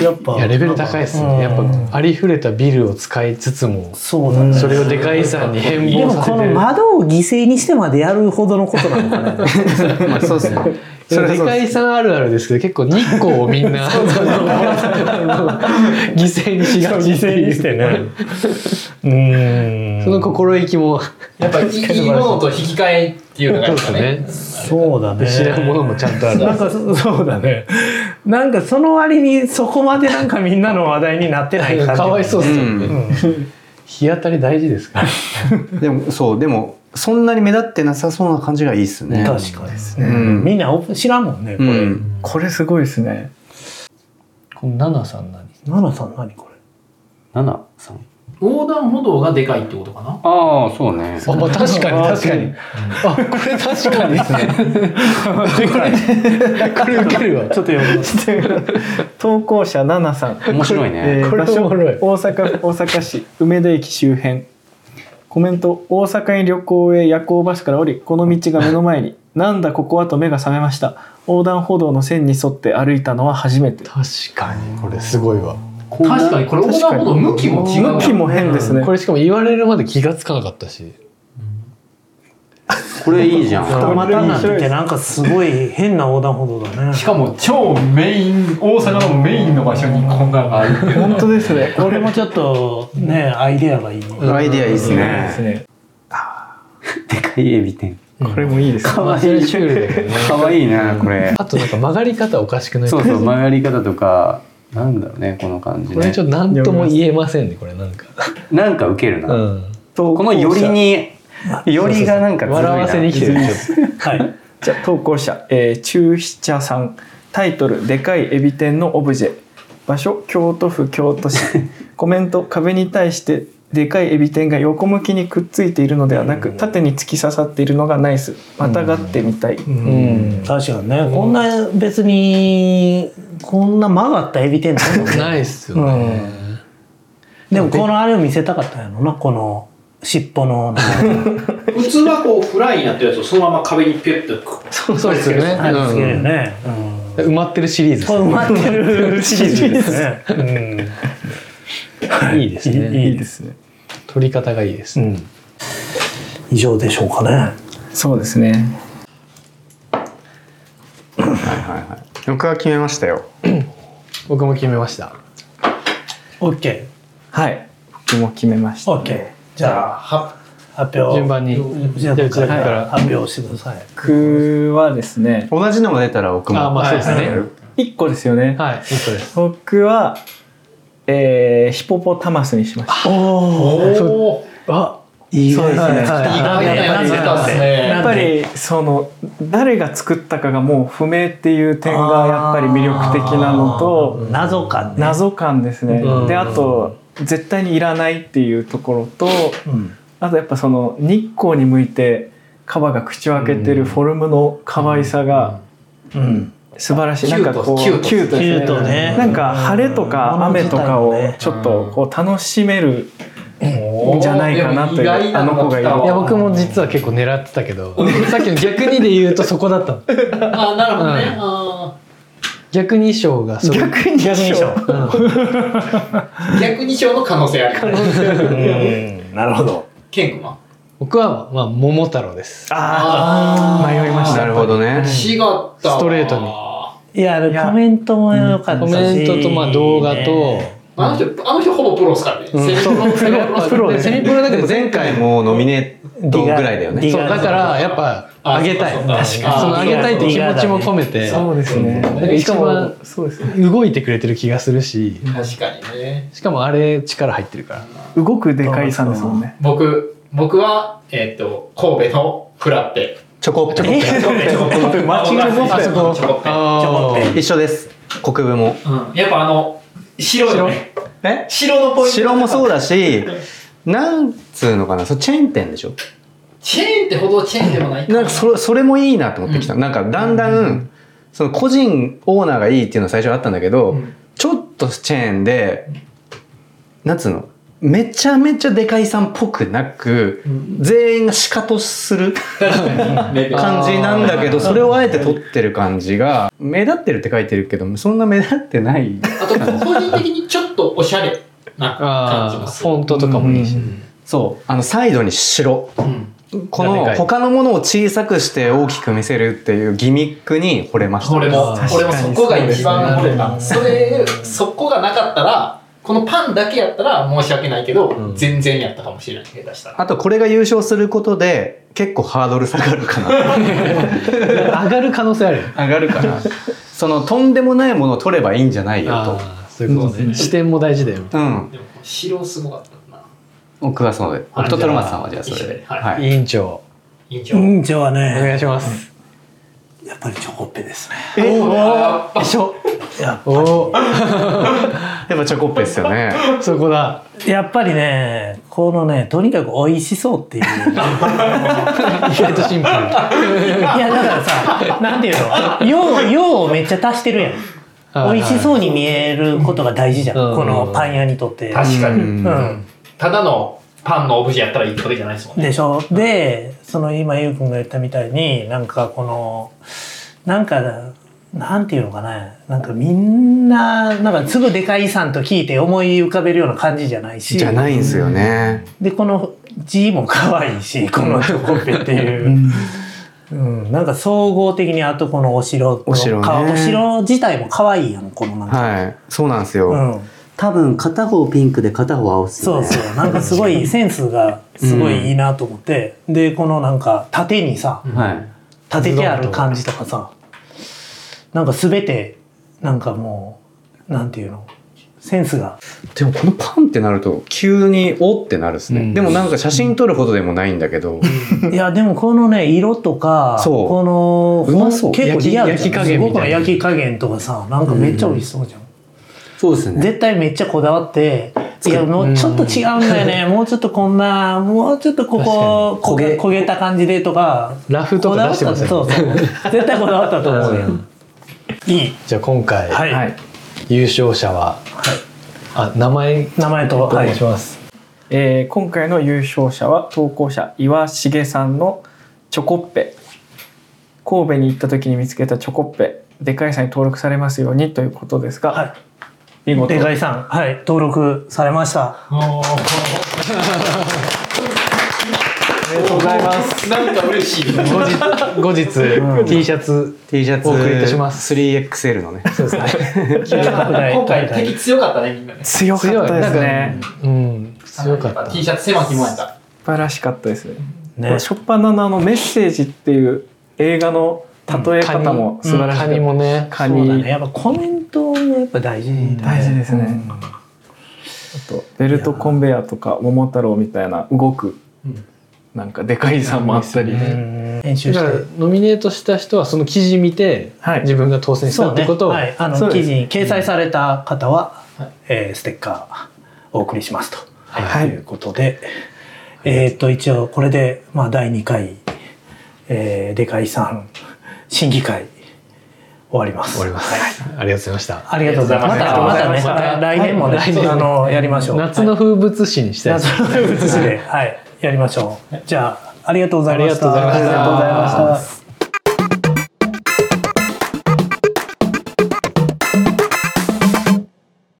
Speaker 3: やっぱ
Speaker 1: いやレベル高いです
Speaker 3: うん
Speaker 1: ねやっぱありふれたビルを使いつつも
Speaker 3: そうだね
Speaker 1: それをでかいさんに変
Speaker 3: で
Speaker 1: 貌
Speaker 3: も
Speaker 1: させ
Speaker 3: こ
Speaker 1: て
Speaker 3: の
Speaker 1: る
Speaker 3: 窓を犠牲にしてまでやるほどのことなのかな
Speaker 4: え、まあ、そうですね
Speaker 1: でもでかいさんあるあるですけど結構日光をみんな犠牲にしがちっていう
Speaker 3: てね。うん。
Speaker 1: その心意気も
Speaker 6: やっぱ、いいものと引き換えっていうのがやっぱね。
Speaker 3: そうだね。
Speaker 1: 知らんものもちゃんとある
Speaker 3: なんかそそうだね。なんかその割にそこまでなんかみんなの話題になってない感じ。
Speaker 1: かわいそうっすよ
Speaker 4: う
Speaker 1: ね、
Speaker 4: ん
Speaker 1: 日当たり大事ですから
Speaker 4: でもそうでもそんなに目立ってなさそうな感じがいいっすね
Speaker 3: 確かにですね。
Speaker 4: うん
Speaker 3: みんなオープン知らんもんね。こ
Speaker 4: う
Speaker 3: れ。
Speaker 4: ん、
Speaker 2: これすごいですね
Speaker 1: このナナさん何
Speaker 3: ナナさん何これ。
Speaker 4: 7さん
Speaker 6: 横断歩道がでかいってことかな。
Speaker 4: ああそうね
Speaker 1: あ、まあ、確かに確かにあこれ確かにです
Speaker 2: *laughs*
Speaker 1: ねこれウケるわ
Speaker 3: ちょっと読む。
Speaker 2: 投稿者ナナさん
Speaker 4: 面白いね
Speaker 2: えー
Speaker 1: これ
Speaker 2: 場所
Speaker 1: おもろい
Speaker 2: 大阪大阪市梅田駅周辺コメント大阪に旅行へ夜行バスから降りこの道が目の前になんだここはと目が覚めました横断歩道の線に沿って歩いたのは初めて
Speaker 1: 確かにこれすごいわ
Speaker 4: こんな
Speaker 6: 確かに、これ横断歩道向きも違うな。
Speaker 2: 向きも変ですね、
Speaker 1: これしかも言われるまで気がつかなかったし
Speaker 4: これいい
Speaker 3: *laughs*
Speaker 4: じゃん
Speaker 3: 二股なんてなんかすごい変な横断歩道だね
Speaker 6: し。かも超メイン大阪のメインの場所にこんなのがあるっていう
Speaker 2: 本当ですね
Speaker 3: これもちょっとねアイデアがいいね。
Speaker 4: アイディアいいっす
Speaker 2: です
Speaker 4: ね
Speaker 2: ね
Speaker 4: でかいエビ天
Speaker 2: これもいいですね
Speaker 4: かわ
Speaker 1: まあそ
Speaker 4: い
Speaker 1: れ
Speaker 4: い
Speaker 1: シュールだけどね
Speaker 4: かわいいなこれ
Speaker 1: あとなんか曲がり方おかしくない
Speaker 4: そうそう曲がり方とかなんだろうねこの感じ
Speaker 1: これ
Speaker 4: ね
Speaker 1: ちょっと何とも言えませんねこれなんか
Speaker 4: なんかウケる
Speaker 1: う
Speaker 4: なん
Speaker 2: 投
Speaker 4: こ
Speaker 2: 稿
Speaker 4: の
Speaker 2: 者
Speaker 4: よりによりがなんかずるいな
Speaker 1: 笑わせに来てる
Speaker 3: はい。
Speaker 2: じゃあ投稿者、えー、中七茶さんタイトル「でかいエビ天のオブジェ」場所京都府京都市コメント壁に対してでかいエビ天が横向きにくっついているのではなく縦に突き刺さっているのがナイスまたがってみたい、
Speaker 1: うん
Speaker 3: 確かにね、こんな別にこんな曲がったエビ天ないもんね
Speaker 1: ないっすよね、
Speaker 3: *laughs* でもこのあれを見せたかったんやろなこの尻尾の
Speaker 6: 普通はこうフライになってるやつをそのまま壁にピュッとくっ
Speaker 1: そうそうですよね、
Speaker 3: あれつける
Speaker 1: う
Speaker 3: よ
Speaker 1: ん
Speaker 3: ね、うん
Speaker 1: 埋まってるシリーズ
Speaker 3: これ埋まってるシリーズですね、うん
Speaker 1: いいです
Speaker 3: *laughs* いい
Speaker 1: ね
Speaker 2: いいですね
Speaker 1: 取り方がいいです、
Speaker 3: うん、以上でしょうかね
Speaker 2: そうですね
Speaker 4: 僕は決めましたよ
Speaker 1: 僕も決めました
Speaker 3: OKOK
Speaker 2: はい僕も決めました、
Speaker 3: じゃあは発表
Speaker 1: 順番に
Speaker 3: じゃあ
Speaker 1: じゃあ内田君から
Speaker 3: 発表してください
Speaker 2: 僕はですね
Speaker 4: 同じのが出たら僕も
Speaker 1: あまあそうですね
Speaker 4: はい
Speaker 2: 1個ですよね、
Speaker 1: はい一個です
Speaker 2: 僕は、えーヒポポタマスにしました
Speaker 6: おお
Speaker 2: あ
Speaker 4: いい
Speaker 3: そうですね
Speaker 6: 意外なやつ出たっす
Speaker 2: やっ
Speaker 6: ね
Speaker 2: ぱりその誰が作ったかがもう不明っていう点がやっぱり魅力的なのと
Speaker 3: 謎感ね、
Speaker 2: 謎感ですね、
Speaker 1: うん
Speaker 2: であと絶対にいらないっていうところと
Speaker 3: うん
Speaker 2: あとやっぱその日光に向いてカバが口を開けてるフォルムの可愛さが
Speaker 3: うん、
Speaker 2: 素晴らしい、
Speaker 6: キュート
Speaker 2: なんかこう
Speaker 6: キュート
Speaker 2: ですね
Speaker 3: キュートね
Speaker 2: なんか晴れとか雨とかをちょっとこう楽しめる
Speaker 5: おー
Speaker 2: じゃないかなという
Speaker 5: でも意外な
Speaker 2: あの子がいる
Speaker 5: 来たわ
Speaker 2: い
Speaker 1: いや僕も実は結構狙ってたけどさっきの逆にで言うとそこだったの
Speaker 5: あなるほどね
Speaker 1: う、ん
Speaker 5: あ
Speaker 1: 逆に衣装がそれ
Speaker 2: 逆に
Speaker 3: 逆にしよう
Speaker 5: ー逆に賞の可能性ある、ね、
Speaker 3: うんなるほど
Speaker 5: ケン君は
Speaker 1: 僕は、まあ、桃太郎です
Speaker 5: あ
Speaker 2: 迷いました
Speaker 4: なるほどね。
Speaker 5: 違ったわ
Speaker 1: ストレートに
Speaker 3: いや
Speaker 2: いや
Speaker 3: コメントも良かったし
Speaker 1: コメントとまあ動画と、
Speaker 5: あの人あの人ほぼプロですからね、
Speaker 1: うん
Speaker 5: セミ
Speaker 1: *laughs* そう
Speaker 5: プロ
Speaker 1: やっぱ
Speaker 5: プロ
Speaker 1: でセミプロだけど
Speaker 4: 前回もノミネートぐらいだよね。
Speaker 3: ディ
Speaker 1: そう
Speaker 3: ガー
Speaker 1: だからやっぱ
Speaker 5: あ
Speaker 1: あげたい
Speaker 5: そう
Speaker 1: 確
Speaker 5: か
Speaker 1: かに
Speaker 5: そう
Speaker 1: そ
Speaker 5: か
Speaker 1: のあげたいって気持ちも込めて
Speaker 2: そうですね
Speaker 1: なんか一番
Speaker 2: そうですね
Speaker 1: 動いてくれてる気がするし
Speaker 5: 確かにね
Speaker 1: しかもあれ力入ってるから
Speaker 2: 動くでかいさんですもんね
Speaker 5: 僕僕はえっ、と神戸のフラッペ
Speaker 4: チョコ
Speaker 5: チョコペンチョ *laughs* コペン
Speaker 2: マッチングボ
Speaker 1: あ
Speaker 2: タ
Speaker 1: そ
Speaker 2: ン
Speaker 1: こ
Speaker 5: チョコペン
Speaker 1: あー
Speaker 4: 一緒です。国分も。
Speaker 6: うん、やっぱあの白よね
Speaker 4: え
Speaker 6: 白のポイント
Speaker 4: 城もそうだし、なんつうのかな、そうチェーン店でしょ
Speaker 5: チェーンってほどチェーンでもない
Speaker 4: なんかそれそれもいいなと思ってきた、なんかだんだん、その個人オーナーがいいっていうのは最初あったんだけど、
Speaker 6: うん
Speaker 4: ちょっとチェーンでなんつうのめちゃめちゃでかいさんっぽくなく、全員がシカトする感じなんだけどそれをあえて取ってる感じが目立ってるって書いてるけどそんな目立ってない
Speaker 5: あと個人的にちょっとおしゃれな感じ
Speaker 1: あ
Speaker 5: も
Speaker 1: あ
Speaker 5: す
Speaker 1: フォ
Speaker 5: る
Speaker 1: ントとかもいいし、
Speaker 4: そうあのサイドに白
Speaker 5: うん
Speaker 4: こ
Speaker 1: がでか
Speaker 4: の
Speaker 1: い
Speaker 4: 他のものを小さくして大きく見せるっていうギミックに惚れました
Speaker 5: 俺も
Speaker 1: 確か
Speaker 5: 俺もそこが一番
Speaker 2: そうです
Speaker 5: 惚れ
Speaker 2: ね
Speaker 5: たそれそこがなかったらこのパンだけやったら申し訳ないけど、
Speaker 1: うん
Speaker 5: 全然やったかもしれない下手したら
Speaker 4: あとこれが優勝することで結構ハードル下がるかな
Speaker 1: 上がる可能性あるよ
Speaker 4: 上がるかなそのとんでもないものを取ればいいんじゃないよと
Speaker 1: ああそういうことね、視点も大事だよ
Speaker 4: うん
Speaker 5: でも白すごかったな
Speaker 4: 僕はそうで
Speaker 5: あ
Speaker 4: 僕とトロマツさんはじゃあそ
Speaker 5: 一緒
Speaker 4: れ
Speaker 5: で
Speaker 4: で、
Speaker 5: はい
Speaker 4: はい
Speaker 1: 委員長
Speaker 5: 院長
Speaker 3: うんじゃあ
Speaker 1: お願
Speaker 3: ね
Speaker 1: いします、
Speaker 3: やっぱりチョコッペですね
Speaker 5: あ
Speaker 1: 一緒
Speaker 3: やっ
Speaker 1: おお
Speaker 4: やっぱチョコッペですよね
Speaker 1: *laughs* そこだ
Speaker 3: やっぱりねこのねとにかく美味しそうっていう
Speaker 1: 意外とシンプルあ
Speaker 3: いやだからさなんていうの用用をめっちゃ足してるやん
Speaker 1: あ
Speaker 3: 美味しそうに見えることが大事じゃん、
Speaker 1: うん
Speaker 3: このパン屋にとって。
Speaker 5: 確かに、
Speaker 4: うん
Speaker 3: うん、
Speaker 6: ただのパンのオブジェやったらいいってわけじゃないですもんね
Speaker 3: でしょでその今ゆうくんが言ったみたいになんかこのなんかなんていうのかななんかみんななんかすぐでかい遺産と聞いて思い浮かべるような感じじゃないし
Speaker 4: じゃないんですよね
Speaker 3: でこの字も可愛いしこのチョコペっていう。うん、なんか総合的にあとこのお城の
Speaker 4: お城ね
Speaker 3: かお城自体も可愛いやんこのなんか、
Speaker 4: はいそうなんですよ、
Speaker 3: うん、
Speaker 7: 多分片方ピンクで片方青っす
Speaker 3: そ
Speaker 7: よ
Speaker 3: う
Speaker 7: ね
Speaker 3: そうなんかすごいセンスがすごいいいなと思って、でこのなんか縦にさ
Speaker 4: はい
Speaker 3: 立ててある感じとかさなんか全てなんかもうなんていうのセンスが
Speaker 4: でもこのパンってなると急におってなるですね、
Speaker 1: うん
Speaker 4: でもなんか写真撮るほどでもないんだけど、
Speaker 3: いやでもこのね色とか
Speaker 4: そう
Speaker 3: この
Speaker 4: うまそう
Speaker 3: 結構リアルじ
Speaker 1: 焼き焼
Speaker 3: ゃん
Speaker 1: き加減
Speaker 3: す
Speaker 1: み
Speaker 3: ご
Speaker 1: た
Speaker 3: く
Speaker 1: いな
Speaker 3: 焼き加減とかさなんかめっちゃ美味しそうじゃん、
Speaker 4: そうです
Speaker 3: 絶対めっちゃこだわっていやもうちょっと違うんだよ
Speaker 1: *laughs*
Speaker 3: ね、もうちょっとこんなもうちょっとここ焦げ焦げた感じでとか
Speaker 1: ラフとか出してます
Speaker 3: こ
Speaker 1: よ *laughs*
Speaker 3: だわったそうそう絶対こだわったと思うよ、いい
Speaker 1: じゃあ今回、
Speaker 3: はい、
Speaker 1: 優勝者は、あ名前
Speaker 3: 名前と、
Speaker 1: お
Speaker 3: は
Speaker 1: 願
Speaker 3: い
Speaker 1: いします、
Speaker 2: えー今回の優勝者は投稿者岩重さんのチョコッペ神戸に行った時に見つけたチョコッペでかいさんに登録されますようにということですが、
Speaker 3: は
Speaker 2: 見
Speaker 3: い、
Speaker 2: 事
Speaker 3: でかいさんはい登録されました
Speaker 2: ありがとうございます
Speaker 5: なんか嬉しい
Speaker 1: 後日後日、T シャツ
Speaker 4: T シャツ
Speaker 1: お送りいたします
Speaker 4: 3XL のね
Speaker 1: そうですね
Speaker 3: 拡大
Speaker 5: 今回
Speaker 3: 大会
Speaker 5: 敵強かったねみんなね
Speaker 2: 強かったですね
Speaker 1: うん強かっ
Speaker 5: やぱ
Speaker 1: た
Speaker 5: T シャツ狭きもんやった
Speaker 2: 素晴らしかったですね
Speaker 3: ね
Speaker 2: 初っ端のあの「メッセージ」っていう映画の例え方も素晴らし
Speaker 1: カ
Speaker 2: かった、
Speaker 1: ニもね
Speaker 2: カ
Speaker 3: そうだ
Speaker 2: ニ、
Speaker 3: ねやっぱコメントもやっぱ大事だよね
Speaker 2: 大事ですね、あとベルトコンベヤーとか桃太郎みたいな動く、
Speaker 5: ん
Speaker 2: なんかでかいさんもあったり、
Speaker 3: うん編集
Speaker 1: だ
Speaker 3: し
Speaker 1: から
Speaker 3: て
Speaker 1: ノミネートした人はその記事見て、
Speaker 2: はい
Speaker 1: 自分が当選したってことを、
Speaker 3: はい、あ
Speaker 2: そ
Speaker 3: の
Speaker 2: うです
Speaker 3: 記事に掲載された方は、
Speaker 5: はい
Speaker 3: えーステッカーお送りしますと、
Speaker 2: はい
Speaker 3: ということで、えーっと一応これで、まあ、第2回、えー、でかいさん審議会終わります。
Speaker 1: 終わります。ありがとうございました。
Speaker 3: ありがとうございます。
Speaker 6: あ
Speaker 3: ま
Speaker 6: りが
Speaker 3: た、
Speaker 6: とうご
Speaker 3: ま
Speaker 6: ざい
Speaker 3: た
Speaker 6: ま
Speaker 3: ね、
Speaker 6: した
Speaker 3: また来年もね、
Speaker 1: はい来年
Speaker 3: あの、やりましょう。
Speaker 1: 夏の風物詩にしたいです
Speaker 3: 夏の
Speaker 1: *laughs*
Speaker 3: 風物詩で、はい、やりましょう。じゃあ、ありがとうございまし
Speaker 1: ありがとう
Speaker 3: た。
Speaker 1: ございました
Speaker 3: ありがとうございました。